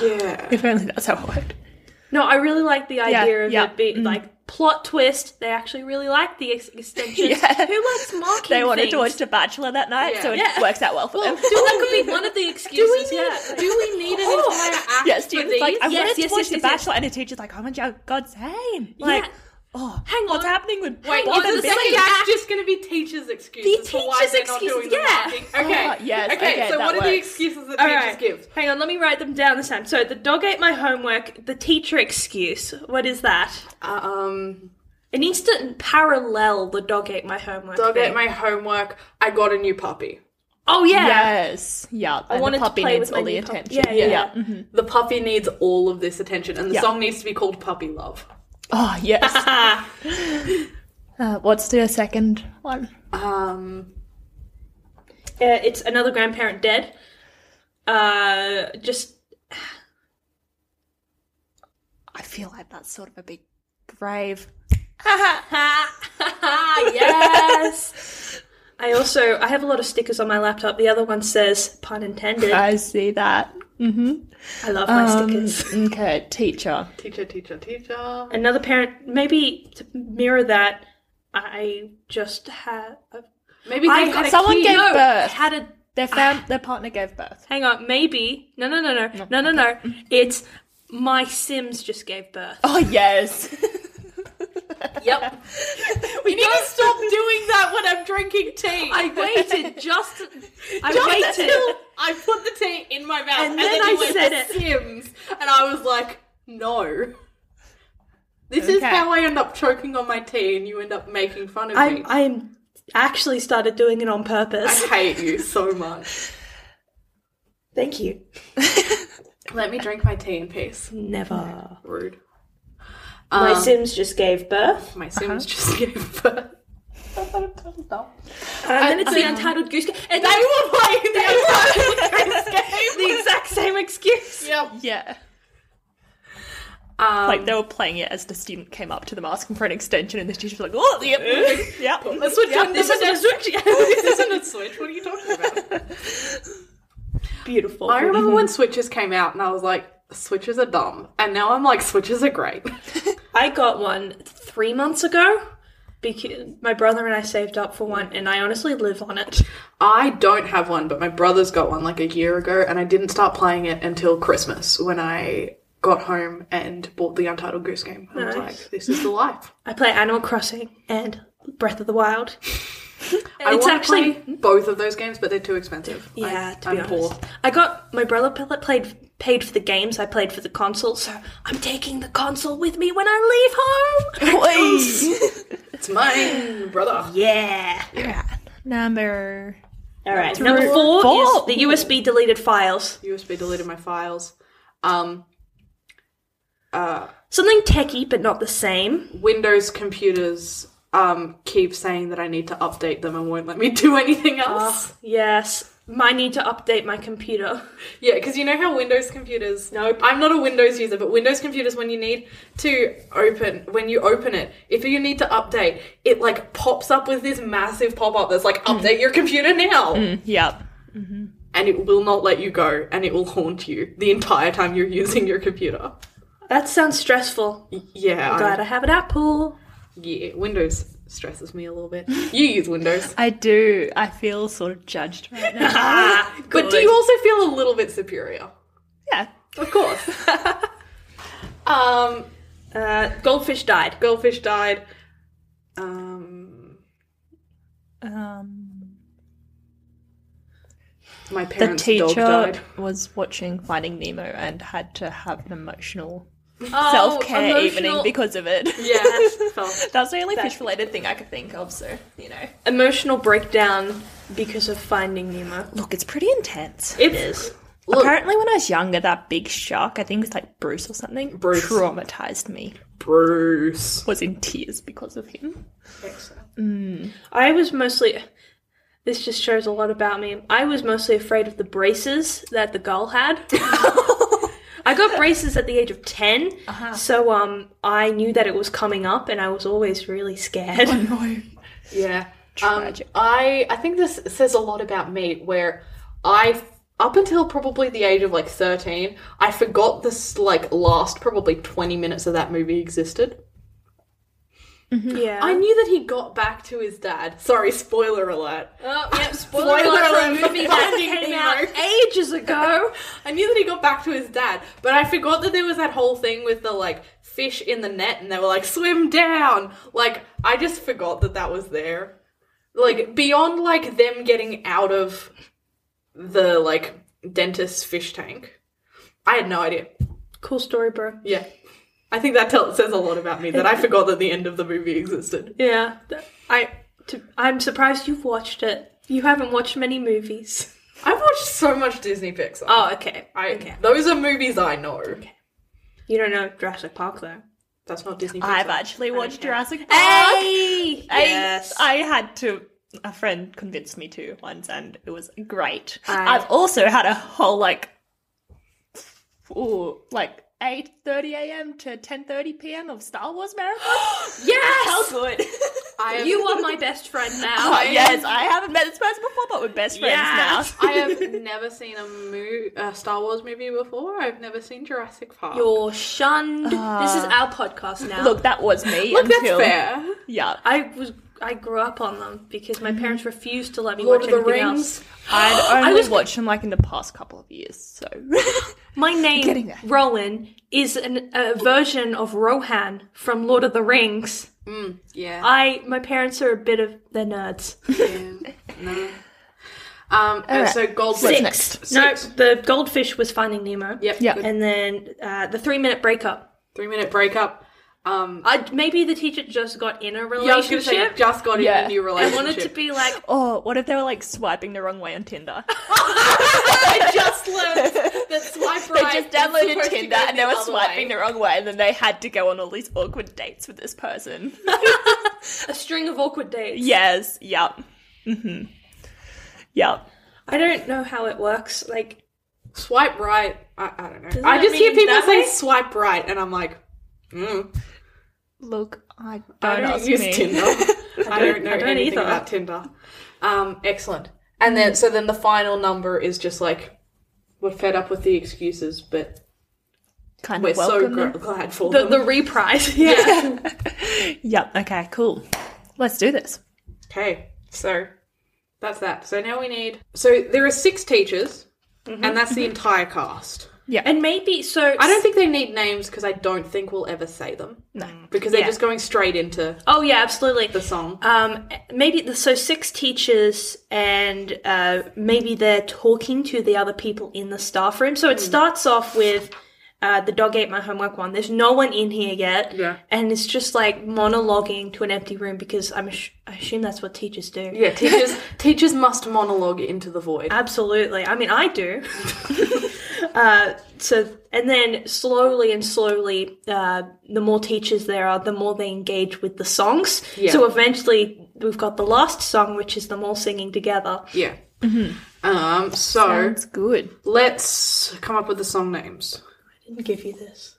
[SPEAKER 1] Yeah.
[SPEAKER 4] If only that's how it worked.
[SPEAKER 2] No, I really like the idea of
[SPEAKER 4] yeah.
[SPEAKER 2] it being like plot twist. They actually really like the ex- extensions.
[SPEAKER 4] Yeah.
[SPEAKER 2] Who likes marking?
[SPEAKER 4] They wanted to watch
[SPEAKER 2] things?
[SPEAKER 4] The Bachelor that night, so it
[SPEAKER 2] Yeah.
[SPEAKER 4] works out well for
[SPEAKER 2] Well,
[SPEAKER 4] them.
[SPEAKER 2] that could be one of the excuses. yeah. Oh,
[SPEAKER 1] Do we need an entire act
[SPEAKER 4] Yeah,
[SPEAKER 1] for
[SPEAKER 4] students
[SPEAKER 1] these?
[SPEAKER 4] like, I
[SPEAKER 2] Yes, yes,
[SPEAKER 4] wanted to watch
[SPEAKER 2] yes,
[SPEAKER 4] The
[SPEAKER 2] yes, yes.
[SPEAKER 4] Bachelor, and the teacher's like, oh my god, God's name. Like,
[SPEAKER 2] Yeah.
[SPEAKER 4] oh,
[SPEAKER 2] Hang
[SPEAKER 4] what's
[SPEAKER 2] on.
[SPEAKER 4] happening with
[SPEAKER 1] Wait,
[SPEAKER 4] Bob
[SPEAKER 1] is
[SPEAKER 4] and
[SPEAKER 1] the
[SPEAKER 4] Billy?
[SPEAKER 1] second act just going to be teachers' excuses for why
[SPEAKER 2] teachers'
[SPEAKER 1] they're not doing
[SPEAKER 2] excuses, yeah.
[SPEAKER 1] the marking? Okay.
[SPEAKER 4] Oh, yes,
[SPEAKER 1] okay,
[SPEAKER 4] okay,
[SPEAKER 1] so
[SPEAKER 4] that
[SPEAKER 1] what are the
[SPEAKER 4] works.
[SPEAKER 1] excuses that
[SPEAKER 2] All
[SPEAKER 1] teachers
[SPEAKER 2] right.
[SPEAKER 1] give?
[SPEAKER 2] Hang on, let me write them down this time. So the dog ate my homework. The teacher excuse. What is that?
[SPEAKER 1] Uh, um,
[SPEAKER 2] It needs to parallel the dog ate my homework.
[SPEAKER 1] dog
[SPEAKER 2] thing.
[SPEAKER 1] ate my homework. I got a new puppy.
[SPEAKER 2] Oh yeah.
[SPEAKER 4] Yes, yeah.
[SPEAKER 2] I
[SPEAKER 4] and
[SPEAKER 2] wanted
[SPEAKER 4] the puppy
[SPEAKER 2] to play
[SPEAKER 4] needs
[SPEAKER 2] with
[SPEAKER 4] all
[SPEAKER 2] my
[SPEAKER 4] the
[SPEAKER 2] new pup-
[SPEAKER 4] attention.
[SPEAKER 2] Yeah, yeah.
[SPEAKER 1] The puppy needs all of this attention, and the
[SPEAKER 4] Yeah.
[SPEAKER 1] song needs to be called Puppy Love.
[SPEAKER 4] Oh yes.
[SPEAKER 2] Ah,
[SPEAKER 4] uh, what's the second one?
[SPEAKER 1] Um,
[SPEAKER 2] Uh, it's another grandparent dead. Uh, just
[SPEAKER 4] I feel like that's sort of a big grave.
[SPEAKER 2] yes. I also I have a lot of stickers on my laptop. The other one says pun intended. I,
[SPEAKER 4] I see that.
[SPEAKER 2] love my
[SPEAKER 4] Um,
[SPEAKER 2] stickers.
[SPEAKER 4] okay, teacher.
[SPEAKER 1] teacher, teacher, teacher.
[SPEAKER 2] Another parent, maybe to mirror that, I just had.
[SPEAKER 1] Maybe they had a
[SPEAKER 4] someone
[SPEAKER 1] key.
[SPEAKER 4] gave
[SPEAKER 1] No.
[SPEAKER 4] birth.
[SPEAKER 2] had a
[SPEAKER 4] Their fam- their partner gave birth.
[SPEAKER 2] hang on. Maybe no, no, no, no, no, no, no. It's my Sims just gave birth.
[SPEAKER 4] Oh yes.
[SPEAKER 2] Yep.
[SPEAKER 1] We need to stop doing that when I'm drinking tea.
[SPEAKER 2] I waited just. I
[SPEAKER 1] Just
[SPEAKER 2] waited.
[SPEAKER 1] until I put the tea in my mouth, and,
[SPEAKER 2] then
[SPEAKER 1] then,
[SPEAKER 2] I
[SPEAKER 1] you went,
[SPEAKER 2] said it.
[SPEAKER 1] Sims, and I was like, no. This is
[SPEAKER 4] Okay.
[SPEAKER 1] how I end up choking on my tea, and you end up making fun of me.
[SPEAKER 2] I'm.
[SPEAKER 1] I,
[SPEAKER 2] I'm actually started doing it on purpose.
[SPEAKER 1] hate you so much.
[SPEAKER 2] Thank you.
[SPEAKER 1] Let me drink my tea in peace.
[SPEAKER 2] Never.
[SPEAKER 1] Rude. Um,
[SPEAKER 2] my Sims just gave birth.
[SPEAKER 1] My Sims just gave birth.
[SPEAKER 2] And then it's the untitled goose game. And they
[SPEAKER 1] were playing the
[SPEAKER 2] the exact same excuse.
[SPEAKER 4] yeah.
[SPEAKER 1] Um,
[SPEAKER 4] Like they were playing it as the student came up to them asking for an extension, and the teacher was like, "Oh, yep, yep."
[SPEAKER 1] Let's switch on. This, isn't a switch. this isn't a switch. What are you talking about?
[SPEAKER 2] Beautiful.
[SPEAKER 1] I remember when switches came out, and I was like, switches are dumb. And now I'm like, switches are great.
[SPEAKER 2] I got one three months ago. Because my brother and I saved up for one, and I honestly live on it.
[SPEAKER 1] I don't have one, but my brother's got one like a year ago, and I didn't start playing it until Christmas when I got home and bought the Untitled Goose Game. I was
[SPEAKER 2] Nice.
[SPEAKER 1] like, this is the life.
[SPEAKER 2] I play Animal Crossing and Breath of the Wild.
[SPEAKER 1] I
[SPEAKER 2] It's
[SPEAKER 1] want
[SPEAKER 2] actually-
[SPEAKER 1] to play both of those games, but they're too expensive.
[SPEAKER 2] Yeah,
[SPEAKER 1] I,
[SPEAKER 2] to
[SPEAKER 1] I'm
[SPEAKER 2] be honest,
[SPEAKER 1] poor.
[SPEAKER 2] I got my brother p- played paid for the games. I played for the console, so I'm taking the console with me when I leave home.
[SPEAKER 1] It's mine, brother.
[SPEAKER 2] yeah.
[SPEAKER 4] Number.
[SPEAKER 3] All right.
[SPEAKER 2] Number
[SPEAKER 3] Number
[SPEAKER 2] four,
[SPEAKER 4] Four.
[SPEAKER 2] is the USB deleted files.
[SPEAKER 1] USB deleted my files. Um,
[SPEAKER 2] Something techie, but not the same.
[SPEAKER 1] Windows computers um, keep saying that I need to update them and won't let me do anything
[SPEAKER 2] Ah.
[SPEAKER 1] else.
[SPEAKER 2] Yes, I need to update my computer.
[SPEAKER 1] Yeah, because you know how Windows computers. No, I'm not a Windows user, but Windows computers, when you need to open, when you open it, if you need to update, it like pops up with this massive pop up that's like, update your computer now.
[SPEAKER 4] Yep.
[SPEAKER 1] And it will not let you go, and it will haunt you the entire time you're using your computer.
[SPEAKER 2] That sounds stressful.
[SPEAKER 1] Yeah. I-
[SPEAKER 2] Glad I have an Apple.
[SPEAKER 1] yeah, Windows stresses me a little bit. You use Windows.
[SPEAKER 4] I do. I feel sort of judged right now.
[SPEAKER 1] But do you also feel a little bit superior?
[SPEAKER 4] yeah.
[SPEAKER 1] Of course. um,
[SPEAKER 2] Uh, goldfish died.
[SPEAKER 1] Goldfish died. Um,
[SPEAKER 4] Um,
[SPEAKER 1] my
[SPEAKER 4] the
[SPEAKER 1] parents' dog
[SPEAKER 4] teacher
[SPEAKER 1] died.
[SPEAKER 4] was watching Finding Nemo and had to have an emotional self care evening
[SPEAKER 2] Oh, emotional-
[SPEAKER 4] because of it.
[SPEAKER 1] Yeah, felt.
[SPEAKER 4] That's the only fish related thing I could think of, so, you know.
[SPEAKER 2] Emotional breakdown because of Finding Nemo.
[SPEAKER 4] Look, it's pretty intense.
[SPEAKER 2] It is.
[SPEAKER 4] Apparently, when I was younger, that big shark, I think it's like Bruce or something,
[SPEAKER 1] Bruce.
[SPEAKER 4] traumatized me.
[SPEAKER 1] Bruce.
[SPEAKER 4] Was in tears because of him.
[SPEAKER 2] I was mostly. This just shows a lot about me. I was mostly afraid of the braces that the gull had. I got braces at the age of 10, so um, I knew that it was coming up and I was always really scared.
[SPEAKER 4] No.
[SPEAKER 1] Yeah. Um,
[SPEAKER 4] Tragic.
[SPEAKER 1] I I think this says a lot about me. Where I up until probably the age of like thirteen, I forgot this like last probably twenty minutes of that movie existed.
[SPEAKER 2] yeah. Oh,
[SPEAKER 1] I knew that he got back to his dad. Sorry, spoiler alert.
[SPEAKER 2] oh, yep, spoiler alert for a movie that came out ages ago.
[SPEAKER 1] I knew that he got back to his dad, but I forgot that there was that whole thing with the like fish in the net and they were like swim down. Like I just forgot that that was there. Like beyond like them getting out of the like dentist's fish tank. I had no idea.
[SPEAKER 2] Cool story, bro.
[SPEAKER 1] Yeah. I think that tell- says a lot about me that I forgot that the end of the movie existed.
[SPEAKER 2] Yeah. th- I, to, I'm surprised you've watched it. You haven't watched many movies.
[SPEAKER 1] I've watched so much Disney Pixar.
[SPEAKER 2] Oh, okay.
[SPEAKER 1] I,
[SPEAKER 2] okay.
[SPEAKER 1] Those are movies I know.
[SPEAKER 2] You don't know Jurassic Park, though.
[SPEAKER 1] That's not Disney Pixar.
[SPEAKER 4] I've actually watched Jurassic Park.
[SPEAKER 2] Hey!
[SPEAKER 4] I,
[SPEAKER 2] Yes.
[SPEAKER 4] I had to. A friend convinced me to once, and it was great.
[SPEAKER 2] I-
[SPEAKER 4] I've also had a whole like, ooh, like eight thirty a.m. to ten thirty p.m. of Star Wars marathon.
[SPEAKER 2] Yes!
[SPEAKER 4] How good!
[SPEAKER 1] I have-
[SPEAKER 2] You are my best friend now.
[SPEAKER 4] Oh, yes, I haven't met this person before, but we're best friends
[SPEAKER 2] Yes.
[SPEAKER 4] now.
[SPEAKER 1] I have never seen a mo- a Star Wars movie before. I've never seen Jurassic Park.
[SPEAKER 2] You're shunned. this is our podcast now.
[SPEAKER 4] Look, that was me
[SPEAKER 1] Look, that's
[SPEAKER 4] until
[SPEAKER 1] fair. Um,
[SPEAKER 4] yeah.
[SPEAKER 2] I was I grew up on them because my parents refused to let me
[SPEAKER 1] Lord
[SPEAKER 2] watch
[SPEAKER 1] of the
[SPEAKER 2] anything
[SPEAKER 1] Rings.
[SPEAKER 2] else.
[SPEAKER 4] I'd only
[SPEAKER 2] was-
[SPEAKER 4] watched them like in the past couple of years, so
[SPEAKER 2] My name
[SPEAKER 4] Getting there.
[SPEAKER 2] Rowan is an, a version of Rohan from Lord of the Rings.
[SPEAKER 1] Mm, Yeah.
[SPEAKER 2] I my parents are a bit of they're nerds.
[SPEAKER 1] no. Um. and So Goldfish.
[SPEAKER 4] What's next?
[SPEAKER 2] No, the goldfish was Finding Nemo.
[SPEAKER 1] Yep.
[SPEAKER 4] Yep.
[SPEAKER 1] good.
[SPEAKER 2] And then uh, the three minute breakup.
[SPEAKER 1] Three minute breakup. Um.
[SPEAKER 2] I maybe the teacher just got in a
[SPEAKER 1] Yeah, I was gonna
[SPEAKER 2] relationship.
[SPEAKER 1] say I just got in
[SPEAKER 4] Yeah.
[SPEAKER 1] a new
[SPEAKER 2] I
[SPEAKER 1] relationship.
[SPEAKER 2] wanted to be like
[SPEAKER 4] Oh, what if they were like swiping the wrong way on Tinder?
[SPEAKER 1] I just learned that swipe
[SPEAKER 4] They
[SPEAKER 1] right.
[SPEAKER 4] just
[SPEAKER 1] is
[SPEAKER 4] downloaded
[SPEAKER 1] supposed to
[SPEAKER 4] Tinder
[SPEAKER 1] go
[SPEAKER 4] and they
[SPEAKER 1] the
[SPEAKER 4] were
[SPEAKER 1] other
[SPEAKER 4] swiping
[SPEAKER 1] way.
[SPEAKER 4] the wrong way, and then they had to go on all these awkward dates with this person.
[SPEAKER 2] a string of awkward dates.
[SPEAKER 4] yes, yep. Mm-hmm. Yep.
[SPEAKER 2] I don't know how it works. Like
[SPEAKER 1] Swipe right. I, I don't know.
[SPEAKER 2] Doesn't
[SPEAKER 1] I
[SPEAKER 2] that
[SPEAKER 1] just hear
[SPEAKER 2] mean
[SPEAKER 1] people
[SPEAKER 2] that
[SPEAKER 1] say
[SPEAKER 2] way?
[SPEAKER 1] swipe right, and I'm like, mm,
[SPEAKER 4] Look, I don't,
[SPEAKER 1] I don't use Tinder. I don't know
[SPEAKER 2] I don't
[SPEAKER 1] anything
[SPEAKER 2] either.
[SPEAKER 1] about Tinder. Um, excellent. And then, so then the final number is just like, we're fed up with the excuses, but
[SPEAKER 4] Kind
[SPEAKER 1] we're
[SPEAKER 4] of
[SPEAKER 1] so
[SPEAKER 4] welcome.
[SPEAKER 1] gr- glad for
[SPEAKER 2] the,
[SPEAKER 1] them.
[SPEAKER 2] the reprise. Yeah.
[SPEAKER 4] Yep. Okay. Cool. Let's do this.
[SPEAKER 1] Okay, so that's that. So now we need. So there are six teachers, and that's the entire cast.
[SPEAKER 4] Yeah.
[SPEAKER 2] And maybe so.
[SPEAKER 1] I don't think they need names because I don't think we'll ever say them. No. Because they're
[SPEAKER 2] Yeah.
[SPEAKER 1] just going straight into
[SPEAKER 2] Oh yeah, absolutely.
[SPEAKER 1] the song.
[SPEAKER 2] Um, maybe the, so six teachers and uh, maybe they're talking to the other people in the staff room. So it
[SPEAKER 1] Hmm.
[SPEAKER 2] starts off with uh, the dog ate my homework one. There's no one in here yet.
[SPEAKER 1] Yeah.
[SPEAKER 2] And it's just like monologuing to an empty room because I'm ass- I assume that's what teachers do.
[SPEAKER 1] yeah, teachers teachers must monologue into the
[SPEAKER 2] Uh,
[SPEAKER 1] void.
[SPEAKER 2] Absolutely. I mean, I do. uh, so, and then slowly and slowly, uh, the more teachers there are, the more they engage with the songs.
[SPEAKER 1] Yeah.
[SPEAKER 2] So eventually, we've got the last song, which is them all singing together.
[SPEAKER 1] Yeah. Um, so
[SPEAKER 4] Sounds good.
[SPEAKER 1] let's come up with the song names.
[SPEAKER 2] I didn't give you this.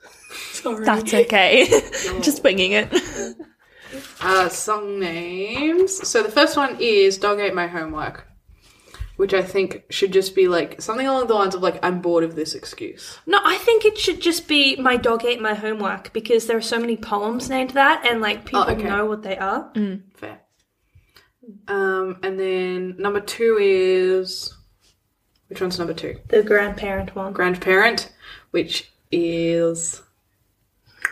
[SPEAKER 2] Sorry.
[SPEAKER 4] That's okay. Just winging it.
[SPEAKER 1] Uh, song names. So the first one is Dog Ate My Homework, which I think should just be like something along the lines of like, I'm bored of this excuse.
[SPEAKER 2] No, I think it should just be my dog ate my homework because there are so many poems named that, and like people
[SPEAKER 1] okay.
[SPEAKER 2] know what they are.
[SPEAKER 1] Fair. Um, and then number two is. Which one's number two?
[SPEAKER 2] The grandparent one.
[SPEAKER 1] Grandparent, which is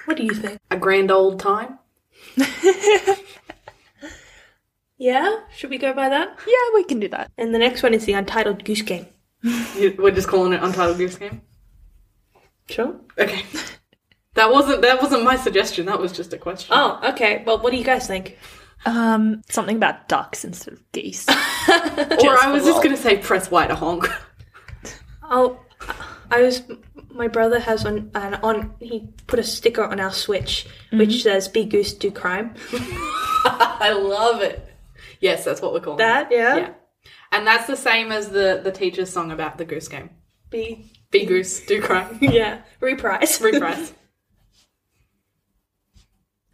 [SPEAKER 2] What do you think?
[SPEAKER 1] a grand old time.
[SPEAKER 2] Yeah, should we go by that?
[SPEAKER 4] Yeah, we can do that.
[SPEAKER 2] And the next one is the Untitled Goose Game.
[SPEAKER 1] You- We're just calling it Untitled Goose Game.
[SPEAKER 2] Sure.
[SPEAKER 1] Okay. That wasn't that wasn't my suggestion. That was just a question.
[SPEAKER 2] Oh, okay. Well, what do you guys think?
[SPEAKER 4] Um, something about ducks instead of geese.
[SPEAKER 1] or I was just
[SPEAKER 4] for lol.
[SPEAKER 1] gonna say press Y to honk.
[SPEAKER 2] Oh, I was. My brother has on an on. He put a sticker on our switch which says "Be Goose, Do Crime."
[SPEAKER 1] I love it. Yes, that's what we're calling
[SPEAKER 2] That
[SPEAKER 1] It.
[SPEAKER 2] yeah.
[SPEAKER 1] Yeah. And that's the same as the the teacher's song about the goose game.
[SPEAKER 2] Be
[SPEAKER 1] Be goose, do cry,
[SPEAKER 2] yeah. Reprise.
[SPEAKER 1] reprise.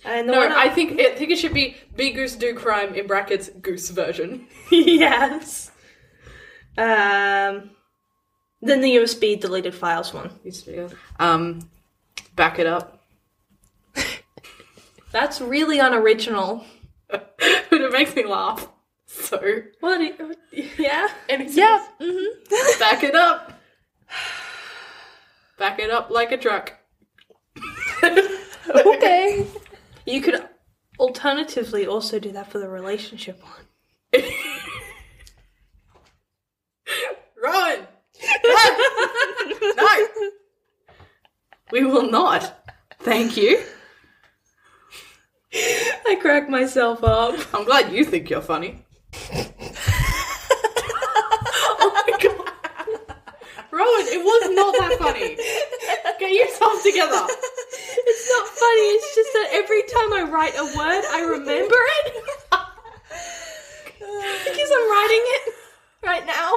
[SPEAKER 2] and the
[SPEAKER 1] No,
[SPEAKER 2] one
[SPEAKER 1] I think I think it should be "Be Goose Do Crime" in brackets Goose version.
[SPEAKER 2] yes. Um. Then the USB deleted files one.
[SPEAKER 1] Um, back it up,
[SPEAKER 2] That's really unoriginal.
[SPEAKER 1] but it makes me laugh. So
[SPEAKER 2] What? do you- Yeah.
[SPEAKER 4] yeah. Mm-hmm.
[SPEAKER 1] back it up, back it up like a truck.
[SPEAKER 4] Okay.
[SPEAKER 2] You could alternatively also do that for the relationship one.
[SPEAKER 1] Rowan, no, no, we will not. Thank you.
[SPEAKER 2] I crack myself up.
[SPEAKER 1] I'm glad you think you're funny. oh my god. Rowan, it was not that funny. Get yourself together.
[SPEAKER 2] It's not funny. It's just that every time I write a word, I remember it. because I'm writing it right now.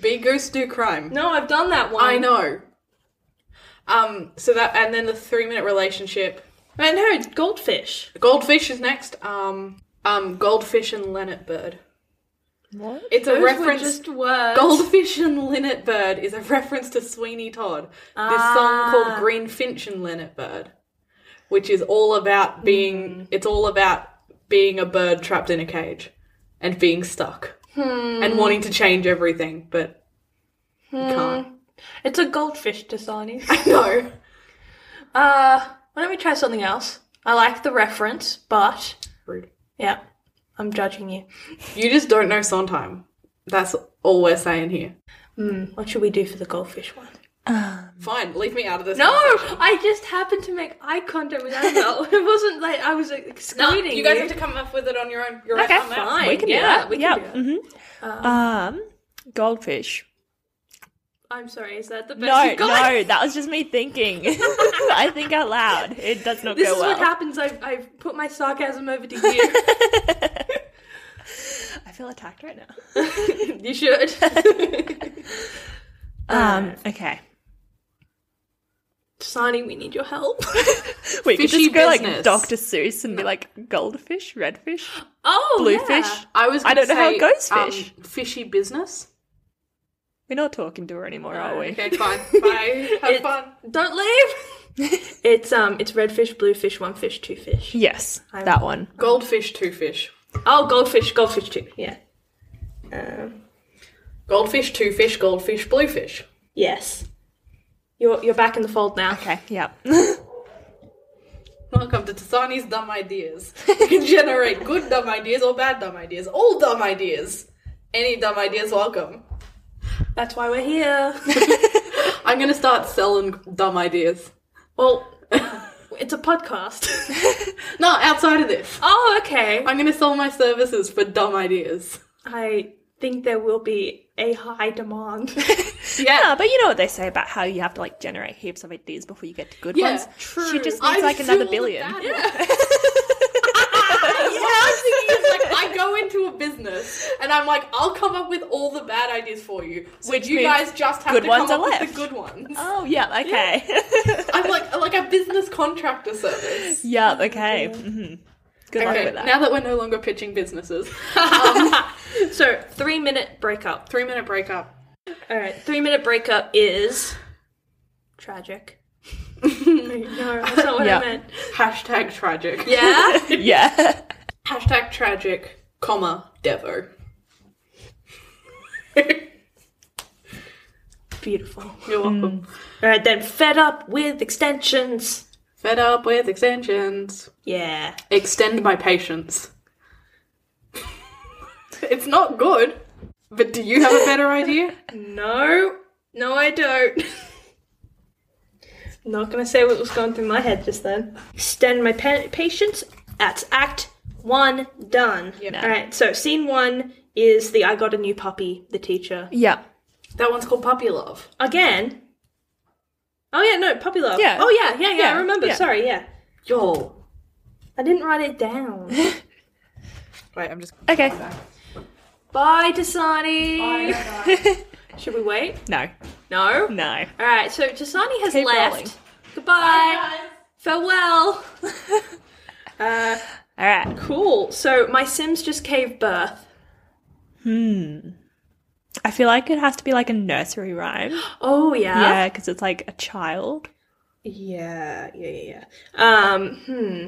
[SPEAKER 1] Be goose, do crime.
[SPEAKER 2] No, I've done that one.
[SPEAKER 1] I know. Um, so that, and then the three minute relationship.
[SPEAKER 2] I know. Goldfish.
[SPEAKER 1] Goldfish is next. Um, um, goldfish and linnet bird.
[SPEAKER 4] What?
[SPEAKER 1] It's a
[SPEAKER 2] Those
[SPEAKER 1] reference.
[SPEAKER 2] were just words.
[SPEAKER 1] Goldfish and Linnet Bird is a reference to Sweeney Todd. This song called Green Finch and Linnet Bird, which is all about being it's all about being a bird trapped in a cage and being stuck and wanting to change everything, but you can't.
[SPEAKER 2] It's a goldfish, Dasani.
[SPEAKER 1] I know.
[SPEAKER 2] Uh, why don't we try something else? I like the reference, but
[SPEAKER 1] Rude.
[SPEAKER 2] yeah, I'm judging you.
[SPEAKER 1] You just don't know Sondheim. That's all we're saying here.
[SPEAKER 2] What should we do for the goldfish one?
[SPEAKER 1] Fine, leave me out of this.
[SPEAKER 2] No,
[SPEAKER 1] conversation.
[SPEAKER 2] I just happened to make eye contact with Annabelle. it wasn't like I was excluding
[SPEAKER 1] You guys have to come up with it on your own. You're
[SPEAKER 4] Okay.
[SPEAKER 1] right. I'm out.
[SPEAKER 2] Fine.
[SPEAKER 4] We can
[SPEAKER 2] Yeah,
[SPEAKER 4] do that.
[SPEAKER 2] we can
[SPEAKER 4] yeah.
[SPEAKER 2] do that.
[SPEAKER 4] mhm. Um, goldfish.
[SPEAKER 2] I'm sorry, is that the best
[SPEAKER 4] No,
[SPEAKER 2] you got?
[SPEAKER 4] no, that was just me thinking. I think out loud. It does not
[SPEAKER 2] This
[SPEAKER 4] go
[SPEAKER 2] is
[SPEAKER 4] well.
[SPEAKER 2] what happens. I've, I've put my sarcasm over to you.
[SPEAKER 4] I feel attacked right now.
[SPEAKER 2] you should.
[SPEAKER 4] Um, okay.
[SPEAKER 2] Sani, we need your help.
[SPEAKER 4] Wait, could
[SPEAKER 1] Fishy
[SPEAKER 4] this go
[SPEAKER 1] business.
[SPEAKER 4] like Dr. Seuss and be like goldfish, redfish,
[SPEAKER 2] Oh,
[SPEAKER 4] bluefish?
[SPEAKER 1] I was.
[SPEAKER 4] I
[SPEAKER 1] gonna
[SPEAKER 4] don't know how
[SPEAKER 1] say,
[SPEAKER 4] it goes, fish.
[SPEAKER 1] Um, fishy business.
[SPEAKER 4] We're not talking to her anymore, are we?
[SPEAKER 1] Oh, Okay, fine. Bye. Have fun.
[SPEAKER 2] Don't leave. it's um, it's redfish, bluefish, one fish, two fish.
[SPEAKER 4] Yes, that one.
[SPEAKER 1] Goldfish, two fish.
[SPEAKER 2] Oh, goldfish, goldfish two. Yeah. Um,
[SPEAKER 1] Goldfish, two fish, goldfish, bluefish.
[SPEAKER 2] yes. You're you're back in the fold now.
[SPEAKER 4] Okay, yeah.
[SPEAKER 1] Welcome to Tasani's dumb ideas. You can generate good dumb ideas or bad dumb ideas. All dumb ideas. Any dumb ideas, welcome.
[SPEAKER 2] That's why we're here.
[SPEAKER 1] I'm gonna start selling dumb ideas.
[SPEAKER 2] well, it's a podcast.
[SPEAKER 1] No, outside of this,
[SPEAKER 2] oh, okay.
[SPEAKER 1] I'm gonna sell my services for dumb ideas.
[SPEAKER 2] I think there will be a high demand.
[SPEAKER 1] Yeah,
[SPEAKER 4] Ah, but you know what they say about how you have to like generate heaps of ideas before you get to good
[SPEAKER 1] Yeah,
[SPEAKER 4] ones.
[SPEAKER 1] true.
[SPEAKER 4] She just
[SPEAKER 1] I
[SPEAKER 4] needs like another
[SPEAKER 1] feel
[SPEAKER 4] billion.
[SPEAKER 1] that. What I'm thinking is like I go into a business and I'm like, I'll come up with all the bad ideas for you, which you
[SPEAKER 4] means
[SPEAKER 1] guys just have
[SPEAKER 4] good
[SPEAKER 1] to come
[SPEAKER 4] ones are
[SPEAKER 1] up with
[SPEAKER 4] left.
[SPEAKER 1] the good ones.
[SPEAKER 4] Oh yeah, okay.
[SPEAKER 1] I'm like like a business contractor service.
[SPEAKER 4] yeah, okay. hmm Good luck
[SPEAKER 1] Okay,
[SPEAKER 4] with that.
[SPEAKER 1] now that we're no longer pitching businesses,
[SPEAKER 2] so three minute breakup.
[SPEAKER 1] three minute breakup.
[SPEAKER 2] All right, three minute breakup is tragic. no, that's not what
[SPEAKER 4] Yeah.
[SPEAKER 2] I meant.
[SPEAKER 1] Hashtag tragic.
[SPEAKER 2] Yeah.
[SPEAKER 4] yeah.
[SPEAKER 1] Hashtag tragic, comma, Devo.
[SPEAKER 2] Beautiful.
[SPEAKER 1] You're
[SPEAKER 4] Mm.
[SPEAKER 1] welcome.
[SPEAKER 2] All right, then fed up with extensions.
[SPEAKER 1] Fed up with extensions.
[SPEAKER 2] Yeah.
[SPEAKER 1] Extend my patience. it's not good, but do you have a better idea?
[SPEAKER 2] No, no, I don't. Not gonna say what was going through my head just then. Extend my pa- patience. That's Act One done. All right. So Scene One is the I got a new puppy. The teacher
[SPEAKER 4] Yeah.
[SPEAKER 1] That one's called puppy love.
[SPEAKER 2] again. Oh yeah, no puppy love.
[SPEAKER 4] Yeah.
[SPEAKER 2] Oh yeah, yeah, yeah.
[SPEAKER 4] Yeah,
[SPEAKER 2] I remember.
[SPEAKER 4] yeah.
[SPEAKER 2] Sorry. Yeah.
[SPEAKER 1] Yo.
[SPEAKER 2] I didn't write it down.
[SPEAKER 1] Right, I'm just.
[SPEAKER 4] Okay.
[SPEAKER 2] Bye, Dasani. Should we wait?
[SPEAKER 4] No.
[SPEAKER 2] No.
[SPEAKER 4] No.
[SPEAKER 2] All right, so Tasani has
[SPEAKER 4] Keep
[SPEAKER 2] left.
[SPEAKER 4] rolling.
[SPEAKER 2] Goodbye. Farewell. uh,
[SPEAKER 4] All right.
[SPEAKER 2] cool. So my Sims just gave birth.
[SPEAKER 4] I feel like it has to be like a nursery rhyme.
[SPEAKER 2] Oh yeah.
[SPEAKER 4] Yeah, because it's like a child.
[SPEAKER 2] Yeah. Yeah. Yeah. yeah. Um. Hmm.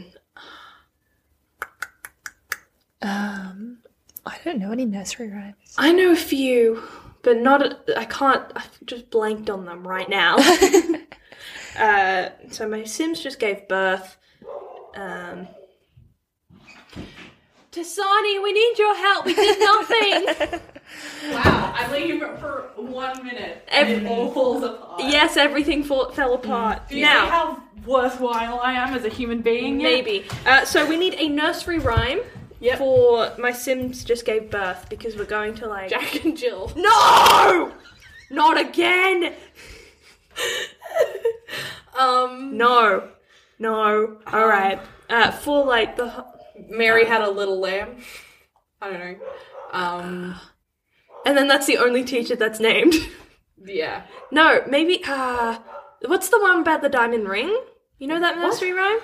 [SPEAKER 4] Um, I don't know any nursery rhymes.
[SPEAKER 2] I know a few, but not. I can't. I've just blanked on them right now. uh, so my Sims just gave birth. Um, Tasani, we need your help. We did nothing.
[SPEAKER 1] Wow, I leave it for one minute.
[SPEAKER 2] Ev-
[SPEAKER 1] all falls apart. Mm.
[SPEAKER 2] yes, everything fall, fell apart. now,
[SPEAKER 1] how worthwhile I am as a human being?
[SPEAKER 2] maybe. Uh, so we need a nursery rhyme
[SPEAKER 1] Yep.
[SPEAKER 2] for my Sims just gave birth because we're going to like.
[SPEAKER 1] Jack and Jill.
[SPEAKER 2] No! Not again!
[SPEAKER 1] Um,
[SPEAKER 2] No, no. All right. Uh, for like the ho-
[SPEAKER 1] Mary had a little lamb. I don't know. Um,
[SPEAKER 2] and then that's the only teacher that's named.
[SPEAKER 1] yeah.
[SPEAKER 2] no, maybe. Uh, what's the one about the diamond ring? You know that nursery rhyme?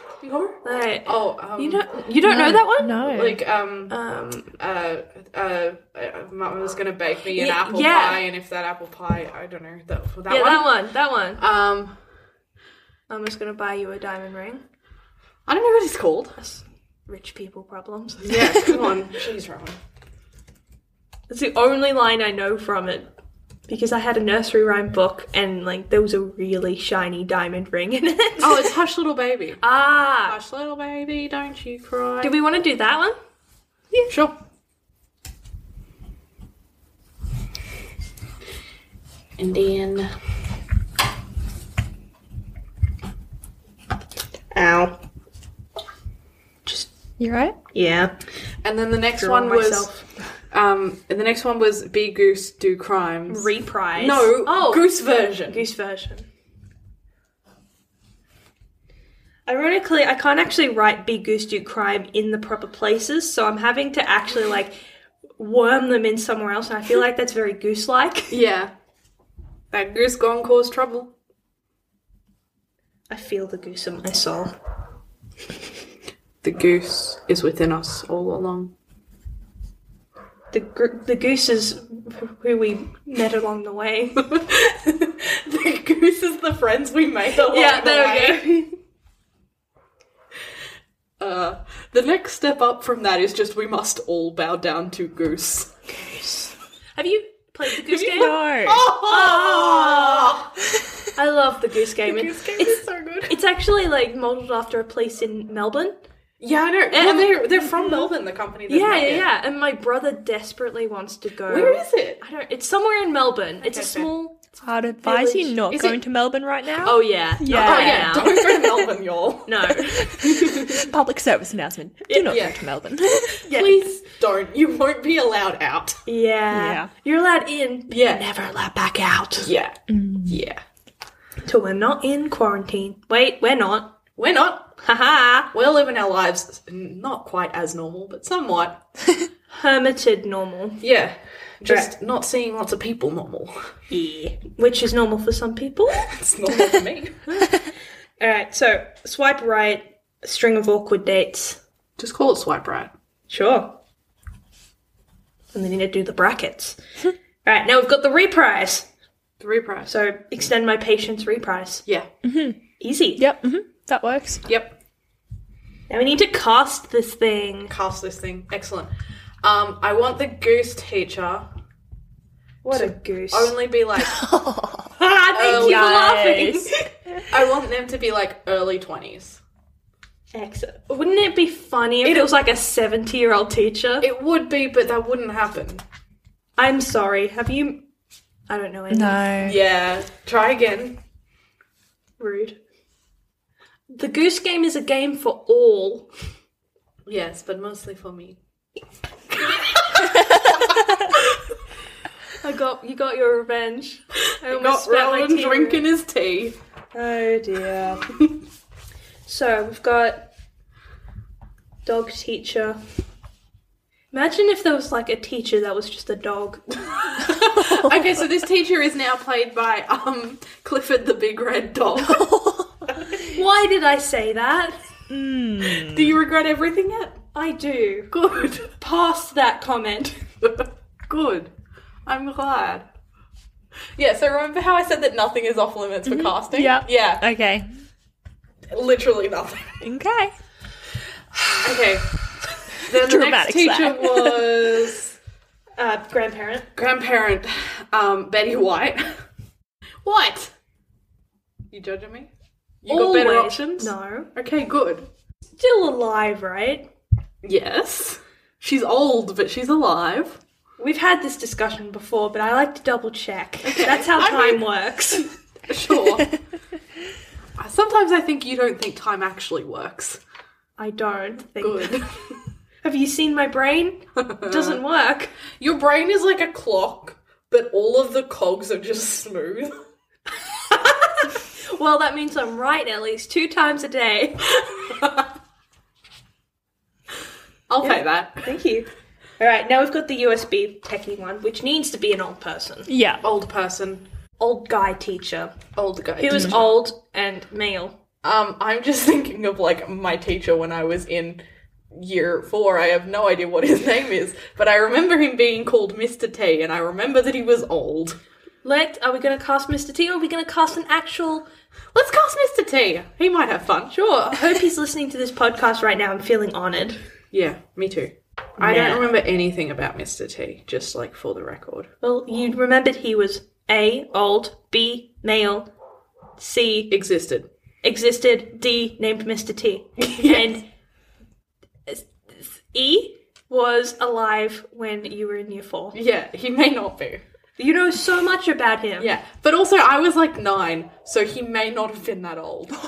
[SPEAKER 2] Like,
[SPEAKER 1] Oh, um,
[SPEAKER 2] you don't. You
[SPEAKER 4] Oh,
[SPEAKER 2] don't know that one?
[SPEAKER 4] No.
[SPEAKER 1] like um
[SPEAKER 2] Um,
[SPEAKER 1] uh uh, uh mum was gonna bake me an
[SPEAKER 2] Ye-
[SPEAKER 1] apple
[SPEAKER 2] yeah.
[SPEAKER 1] pie, and if that apple pie, I don't know that that
[SPEAKER 2] yeah,
[SPEAKER 1] one.
[SPEAKER 2] that one. That one.
[SPEAKER 1] Um,
[SPEAKER 2] I'm just gonna buy you a diamond ring.
[SPEAKER 1] I don't know what it's called.
[SPEAKER 2] That's rich people problems.
[SPEAKER 1] Yeah, come on, she's wrong.
[SPEAKER 2] That's the only line I know from it. Because I had a nursery rhyme book and like there was a really shiny diamond ring in it.
[SPEAKER 1] Oh, it's hush little baby.
[SPEAKER 2] ah.
[SPEAKER 1] Hush little baby, don't you cry.
[SPEAKER 2] Do we want to do that one?
[SPEAKER 1] Yeah, sure. And then.
[SPEAKER 2] Ow.
[SPEAKER 4] You right?
[SPEAKER 2] Yeah.
[SPEAKER 1] And then the next
[SPEAKER 2] Drawing
[SPEAKER 1] one was.
[SPEAKER 2] myself.
[SPEAKER 1] Um, and the next one was Be Goose, Do Crimes.
[SPEAKER 2] Reprise.
[SPEAKER 1] no,
[SPEAKER 2] Oh.
[SPEAKER 1] Goose version.
[SPEAKER 2] Goose version. Ironically, I can't actually write Big Goose Do Crime in the proper places, so I'm having to actually like worm them in somewhere else, and I feel like that's very goose like.
[SPEAKER 1] Yeah. That goose gone cause trouble.
[SPEAKER 2] I feel the goose in my soul.
[SPEAKER 1] The goose is within us all along.
[SPEAKER 2] The, gr- the goose is who we met along the way.
[SPEAKER 1] the goose is the friends we made along
[SPEAKER 2] Yeah,
[SPEAKER 1] the
[SPEAKER 2] there
[SPEAKER 1] way. uh, the next step up from that is just we must all bow down to goose.
[SPEAKER 4] Oh!
[SPEAKER 2] Have you played the goose game?
[SPEAKER 4] No.
[SPEAKER 1] Oh!
[SPEAKER 2] I love the Goose Game.
[SPEAKER 3] Goose Game is
[SPEAKER 2] It's-
[SPEAKER 3] so good.
[SPEAKER 2] It's actually like modeled after a place in Melbourne.
[SPEAKER 1] Yeah, I know.
[SPEAKER 2] And- Mm-hmm.
[SPEAKER 1] well, they're they're from Melbourne, the company. that
[SPEAKER 2] yeah,
[SPEAKER 1] made
[SPEAKER 2] yeah,
[SPEAKER 1] it.
[SPEAKER 2] yeah. And my brother desperately wants to go.
[SPEAKER 1] Where is it?
[SPEAKER 2] I don't. It's somewhere in Melbourne. it's a
[SPEAKER 1] Okay, fair.
[SPEAKER 2] small.
[SPEAKER 4] I'd advise you not
[SPEAKER 1] Is
[SPEAKER 4] going
[SPEAKER 1] it-
[SPEAKER 4] to Melbourne right now.
[SPEAKER 2] Oh yeah.
[SPEAKER 4] Yeah.
[SPEAKER 1] Oh yeah,
[SPEAKER 2] Not
[SPEAKER 1] don't go to Melbourne, y'all.
[SPEAKER 2] now. no.
[SPEAKER 4] Public service announcement. Do not
[SPEAKER 1] yeah.
[SPEAKER 4] go to Melbourne.
[SPEAKER 1] Please don't. You won't be allowed out.
[SPEAKER 2] Yeah.
[SPEAKER 4] Yeah.
[SPEAKER 2] You're allowed in. but
[SPEAKER 1] Yeah. Mm.
[SPEAKER 2] You're never allowed back out.
[SPEAKER 1] Yeah, yeah.
[SPEAKER 2] Till we're not in quarantine. Wait, we're not.
[SPEAKER 1] We're not.
[SPEAKER 2] Haha.
[SPEAKER 1] We're living our lives not quite as normal, but somewhat.
[SPEAKER 2] Hermited normal.
[SPEAKER 1] Yeah, just not seeing lots of people normal.
[SPEAKER 2] Yeah. Which is normal for some people.
[SPEAKER 1] It's normal for me.
[SPEAKER 2] All right. So swipe right. String of awkward dates.
[SPEAKER 1] Just call it swipe right.
[SPEAKER 2] Sure. And then you need to do the brackets. right, now we've got the reprise.
[SPEAKER 1] The reprise. So
[SPEAKER 2] So extend my patience reprise.
[SPEAKER 1] yeah,
[SPEAKER 2] Easy.
[SPEAKER 4] yep, hmm that works.
[SPEAKER 1] yep.
[SPEAKER 2] Now we need to cast this thing.
[SPEAKER 1] Cast this thing. Excellent. Um, I want the goose teacher
[SPEAKER 2] What a goose.
[SPEAKER 1] only be like.
[SPEAKER 2] ah, thank you for laughing.
[SPEAKER 1] I want them to be like early twenties.
[SPEAKER 2] Excellent. Wouldn't it be funny if it, was like a 70 year old teacher?
[SPEAKER 1] It would be, but that wouldn't happen.
[SPEAKER 2] I'm sorry. Have you. I don't know anything.
[SPEAKER 4] No.
[SPEAKER 1] Yeah. Try again.
[SPEAKER 2] Rude. The Goose Game is a game for all.
[SPEAKER 1] Yes, but mostly for me.
[SPEAKER 2] I got you got your revenge. I almost
[SPEAKER 1] Not
[SPEAKER 2] spat my
[SPEAKER 1] Roland
[SPEAKER 2] tea
[SPEAKER 1] drinking his tea.
[SPEAKER 2] Oh dear. so we've got dog teacher. Imagine if there was like a teacher that was just a dog.
[SPEAKER 1] okay, so this teacher is now played by um Clifford the Big Red Dog.
[SPEAKER 2] Why did I say that?
[SPEAKER 1] Do you regret everything yet?
[SPEAKER 2] I do.
[SPEAKER 1] Good.
[SPEAKER 2] Pass that comment.
[SPEAKER 1] Good. I'm glad. Yeah, so remember how I said that nothing is off limits for casting?
[SPEAKER 4] Yeah.
[SPEAKER 1] Mm-hmm. Yeah,
[SPEAKER 4] Okay.
[SPEAKER 1] literally nothing.
[SPEAKER 4] Okay.
[SPEAKER 1] Okay. Then the next
[SPEAKER 4] Dramatic
[SPEAKER 1] teacher
[SPEAKER 4] sigh.
[SPEAKER 1] was
[SPEAKER 2] Uh, grandparent.
[SPEAKER 1] grandparent um, Betty White. what? You judging me? You got better
[SPEAKER 2] Always-
[SPEAKER 1] options?
[SPEAKER 2] No.
[SPEAKER 1] Okay, good.
[SPEAKER 2] Still alive, right?
[SPEAKER 1] Yes. She's old, but she's alive.
[SPEAKER 2] We've had this discussion before, but I like to double check. That's how time works.
[SPEAKER 1] Sure. Sometimes I think you don't think time actually works.
[SPEAKER 2] I don't think.
[SPEAKER 1] Good.
[SPEAKER 2] Have you seen my brain? It doesn't work.
[SPEAKER 1] Your brain is like a clock, but all of the cogs are just smooth.
[SPEAKER 2] Well, that means I'm right at least two times a day.
[SPEAKER 1] I'll pay that.
[SPEAKER 2] Thank you. All right, now we've got the USB techie one, which needs to be an old person,
[SPEAKER 4] Yeah.
[SPEAKER 1] Old person,
[SPEAKER 2] old guy teacher
[SPEAKER 1] old guy.
[SPEAKER 2] who is old and male.
[SPEAKER 1] Um, I'm just thinking of like my teacher when I was in year four. I have no idea what his name is, but I remember him being called Mr. T, and I remember that he was old.
[SPEAKER 2] Let are we going to cast Mr. T or are we going to cast an actual?
[SPEAKER 1] Let's cast Mr. T. He might have fun. Sure.
[SPEAKER 2] I hope he's listening to this podcast right now. I'm feeling honoured.
[SPEAKER 1] Yeah, me too. I don't
[SPEAKER 2] Nah.
[SPEAKER 1] remember anything about Mr. T, just like for the record.
[SPEAKER 2] Well, you remembered he was a old, b male, c
[SPEAKER 1] Existed.
[SPEAKER 2] existed, d named Mr. T, and e was alive when you were in year four.
[SPEAKER 1] Yeah, he may not be.
[SPEAKER 2] You know so much about him.
[SPEAKER 1] Yeah, but also I was like nine, so he may not have been that old.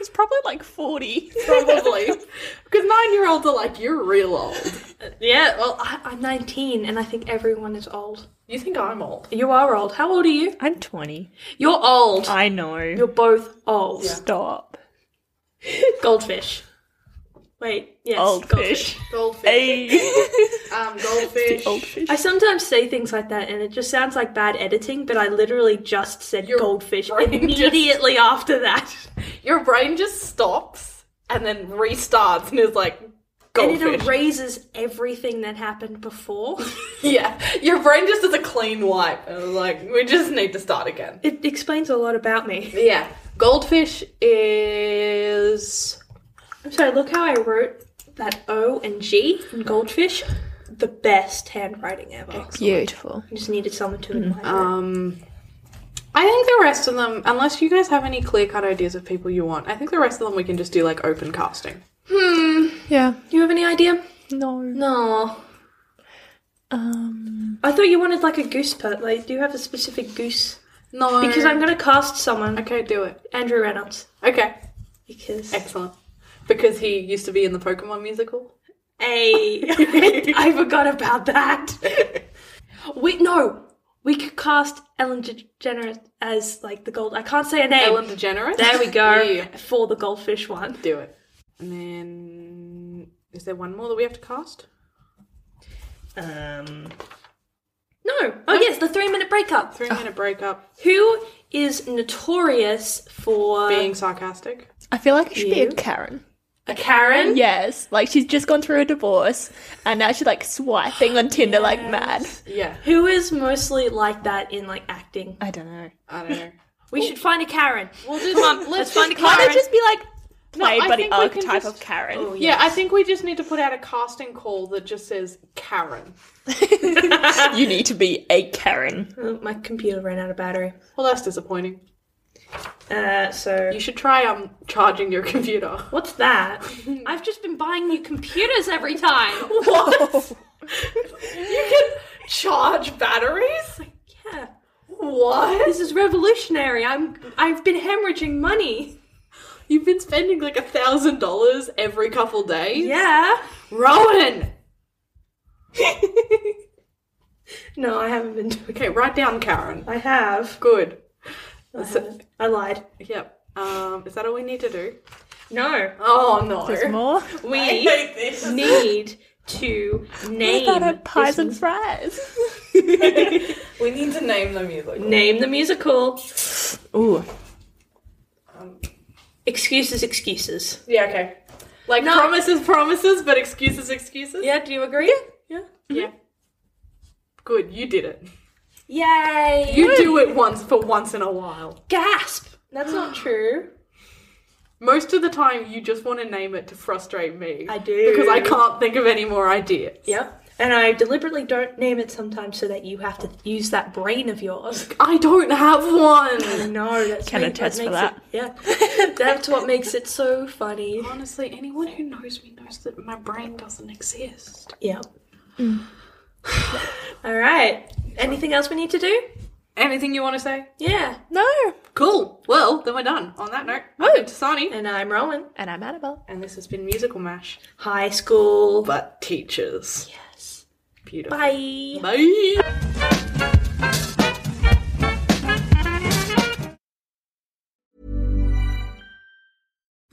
[SPEAKER 4] It's probably like 40.
[SPEAKER 1] Probably. Because nine year olds are like, you're real old.
[SPEAKER 2] Yeah, well, I, I'm 19 and I think everyone is old.
[SPEAKER 1] You think I'm old?
[SPEAKER 2] You are old. How old are you?
[SPEAKER 4] I'm 20.
[SPEAKER 2] You're old.
[SPEAKER 4] I know.
[SPEAKER 2] You're both old.
[SPEAKER 4] Stop.
[SPEAKER 2] Goldfish. Wait, yes.
[SPEAKER 4] Goldfish.
[SPEAKER 1] Goldfish.
[SPEAKER 4] Hey.
[SPEAKER 1] Um, goldfish.
[SPEAKER 4] Goldfish.
[SPEAKER 2] I sometimes say things like that and it just sounds like bad editing, but I literally just said
[SPEAKER 1] Your
[SPEAKER 2] goldfish
[SPEAKER 1] brain
[SPEAKER 2] immediately after that.
[SPEAKER 1] Your brain just stops and then restarts and is like,
[SPEAKER 2] And
[SPEAKER 1] goldfish.
[SPEAKER 2] it erases everything that happened before.
[SPEAKER 1] yeah, your brain just does a clean wipe. And is like, we just need to start again.
[SPEAKER 2] it explains a lot about me.
[SPEAKER 1] But yeah, goldfish is.
[SPEAKER 2] I'm sorry, look how I wrote that O and G in goldfish. The best handwriting ever.
[SPEAKER 4] Beautiful.
[SPEAKER 2] I just needed someone to admire. it.
[SPEAKER 1] Um, I think the rest of them, unless you guys have any clear cut ideas of people you want, I think the rest of them we can just do like open casting.
[SPEAKER 5] Yeah.
[SPEAKER 6] You have any idea?
[SPEAKER 5] No.
[SPEAKER 6] No.
[SPEAKER 5] Um.
[SPEAKER 2] I thought you wanted like a goose pet. Like, do you have a specific goose?
[SPEAKER 1] No.
[SPEAKER 2] Because I'm gonna cast someone,
[SPEAKER 1] Okay, do it.
[SPEAKER 2] Andrew Reynolds,
[SPEAKER 1] Okay,
[SPEAKER 2] because
[SPEAKER 1] excellent. Because he used to be in the Pokemon musical.
[SPEAKER 2] Hey, I forgot about that. We no, we could cast Ellen DeGeneres as like the gold. I can't say her name.
[SPEAKER 1] Ellen DeGeneres?
[SPEAKER 2] There we go
[SPEAKER 1] Yeah.
[SPEAKER 2] for the goldfish one.
[SPEAKER 1] Do it. And then. Is there one more that we have to cast?
[SPEAKER 6] Um.
[SPEAKER 2] No, oh yes, the three-minute breakup.
[SPEAKER 1] Three minute breakup,
[SPEAKER 2] Who is notorious for
[SPEAKER 1] being sarcastic.
[SPEAKER 4] I feel like I should be
[SPEAKER 1] You?
[SPEAKER 4] a Karen.
[SPEAKER 2] a Karen?
[SPEAKER 4] Yes, like she's just gone through a divorce and now she's like swiping on Tinder like mad.
[SPEAKER 1] Yeah,
[SPEAKER 2] Who is mostly like that in like acting?
[SPEAKER 4] I don't know.
[SPEAKER 1] I don't know.
[SPEAKER 2] We should find a Karen.
[SPEAKER 1] We'll
[SPEAKER 2] Come on, let's find a
[SPEAKER 4] Can't
[SPEAKER 2] Karen.
[SPEAKER 4] it just be like play
[SPEAKER 1] I
[SPEAKER 4] buddy
[SPEAKER 1] think we can
[SPEAKER 4] archetype
[SPEAKER 1] just- Oh,
[SPEAKER 4] of Karen?
[SPEAKER 1] Yeah, I think we just need to put out a casting call that just says Karen.
[SPEAKER 4] You need to be a Karen.
[SPEAKER 2] Oh, my computer ran out of battery.
[SPEAKER 1] Well, that's disappointing.
[SPEAKER 2] Uh, so
[SPEAKER 1] You should try um charging your computer.
[SPEAKER 2] what's that? I've just been buying new computers every time.
[SPEAKER 4] What?
[SPEAKER 1] You can charge batteries?
[SPEAKER 2] Yeah.
[SPEAKER 1] What?
[SPEAKER 2] This is revolutionary. I'm I've been hemorrhaging money.
[SPEAKER 1] You've been spending like a thousand dollars every couple days?
[SPEAKER 2] Yeah.
[SPEAKER 1] Rowan!
[SPEAKER 2] No, I haven't been doing
[SPEAKER 1] Okay, write down Karen.
[SPEAKER 2] I have.
[SPEAKER 1] Good.
[SPEAKER 2] I, haven't. I lied.
[SPEAKER 1] Yep. Um, is that all we need to do?
[SPEAKER 2] No.
[SPEAKER 1] Oh no.
[SPEAKER 4] More?
[SPEAKER 2] We need to name
[SPEAKER 4] About her pies
[SPEAKER 2] this-
[SPEAKER 4] and fries.
[SPEAKER 1] We need to name the music.
[SPEAKER 2] name the musical. Ooh. Excuses, excuses.
[SPEAKER 1] Yeah, okay. Like promises, promises, but excuses, excuses.
[SPEAKER 2] Yeah, do you agree?
[SPEAKER 1] Yeah. Good, you did it.
[SPEAKER 2] Yay!
[SPEAKER 1] You do it once for once in a while.
[SPEAKER 2] gasp. That's not true.
[SPEAKER 1] Most of the time, you just want to name it to frustrate me.
[SPEAKER 2] I do.
[SPEAKER 1] Because I can't think of any more ideas.
[SPEAKER 2] Yep. And I deliberately don't name it sometimes so that you have to use that brain of yours.
[SPEAKER 1] I don't have one!
[SPEAKER 2] No, that's
[SPEAKER 4] Can
[SPEAKER 2] what-
[SPEAKER 4] attest
[SPEAKER 2] that
[SPEAKER 4] for
[SPEAKER 2] makes It, yeah, that's what makes it so funny.
[SPEAKER 1] Honestly, anyone who knows me knows that my brain doesn't exist.
[SPEAKER 2] Yeah. All right. Anything else we need to do?
[SPEAKER 1] Anything you want to say?
[SPEAKER 2] Yeah.
[SPEAKER 4] No.
[SPEAKER 1] Cool. Well, then we're done. On that note, oh, I've been Tasani.
[SPEAKER 2] And I'm Rowan.
[SPEAKER 4] And I'm Annabelle.
[SPEAKER 1] And this has been Musical Mash.
[SPEAKER 2] High school.
[SPEAKER 1] But teachers. Yes. Beautiful.
[SPEAKER 2] Bye.
[SPEAKER 1] Bye.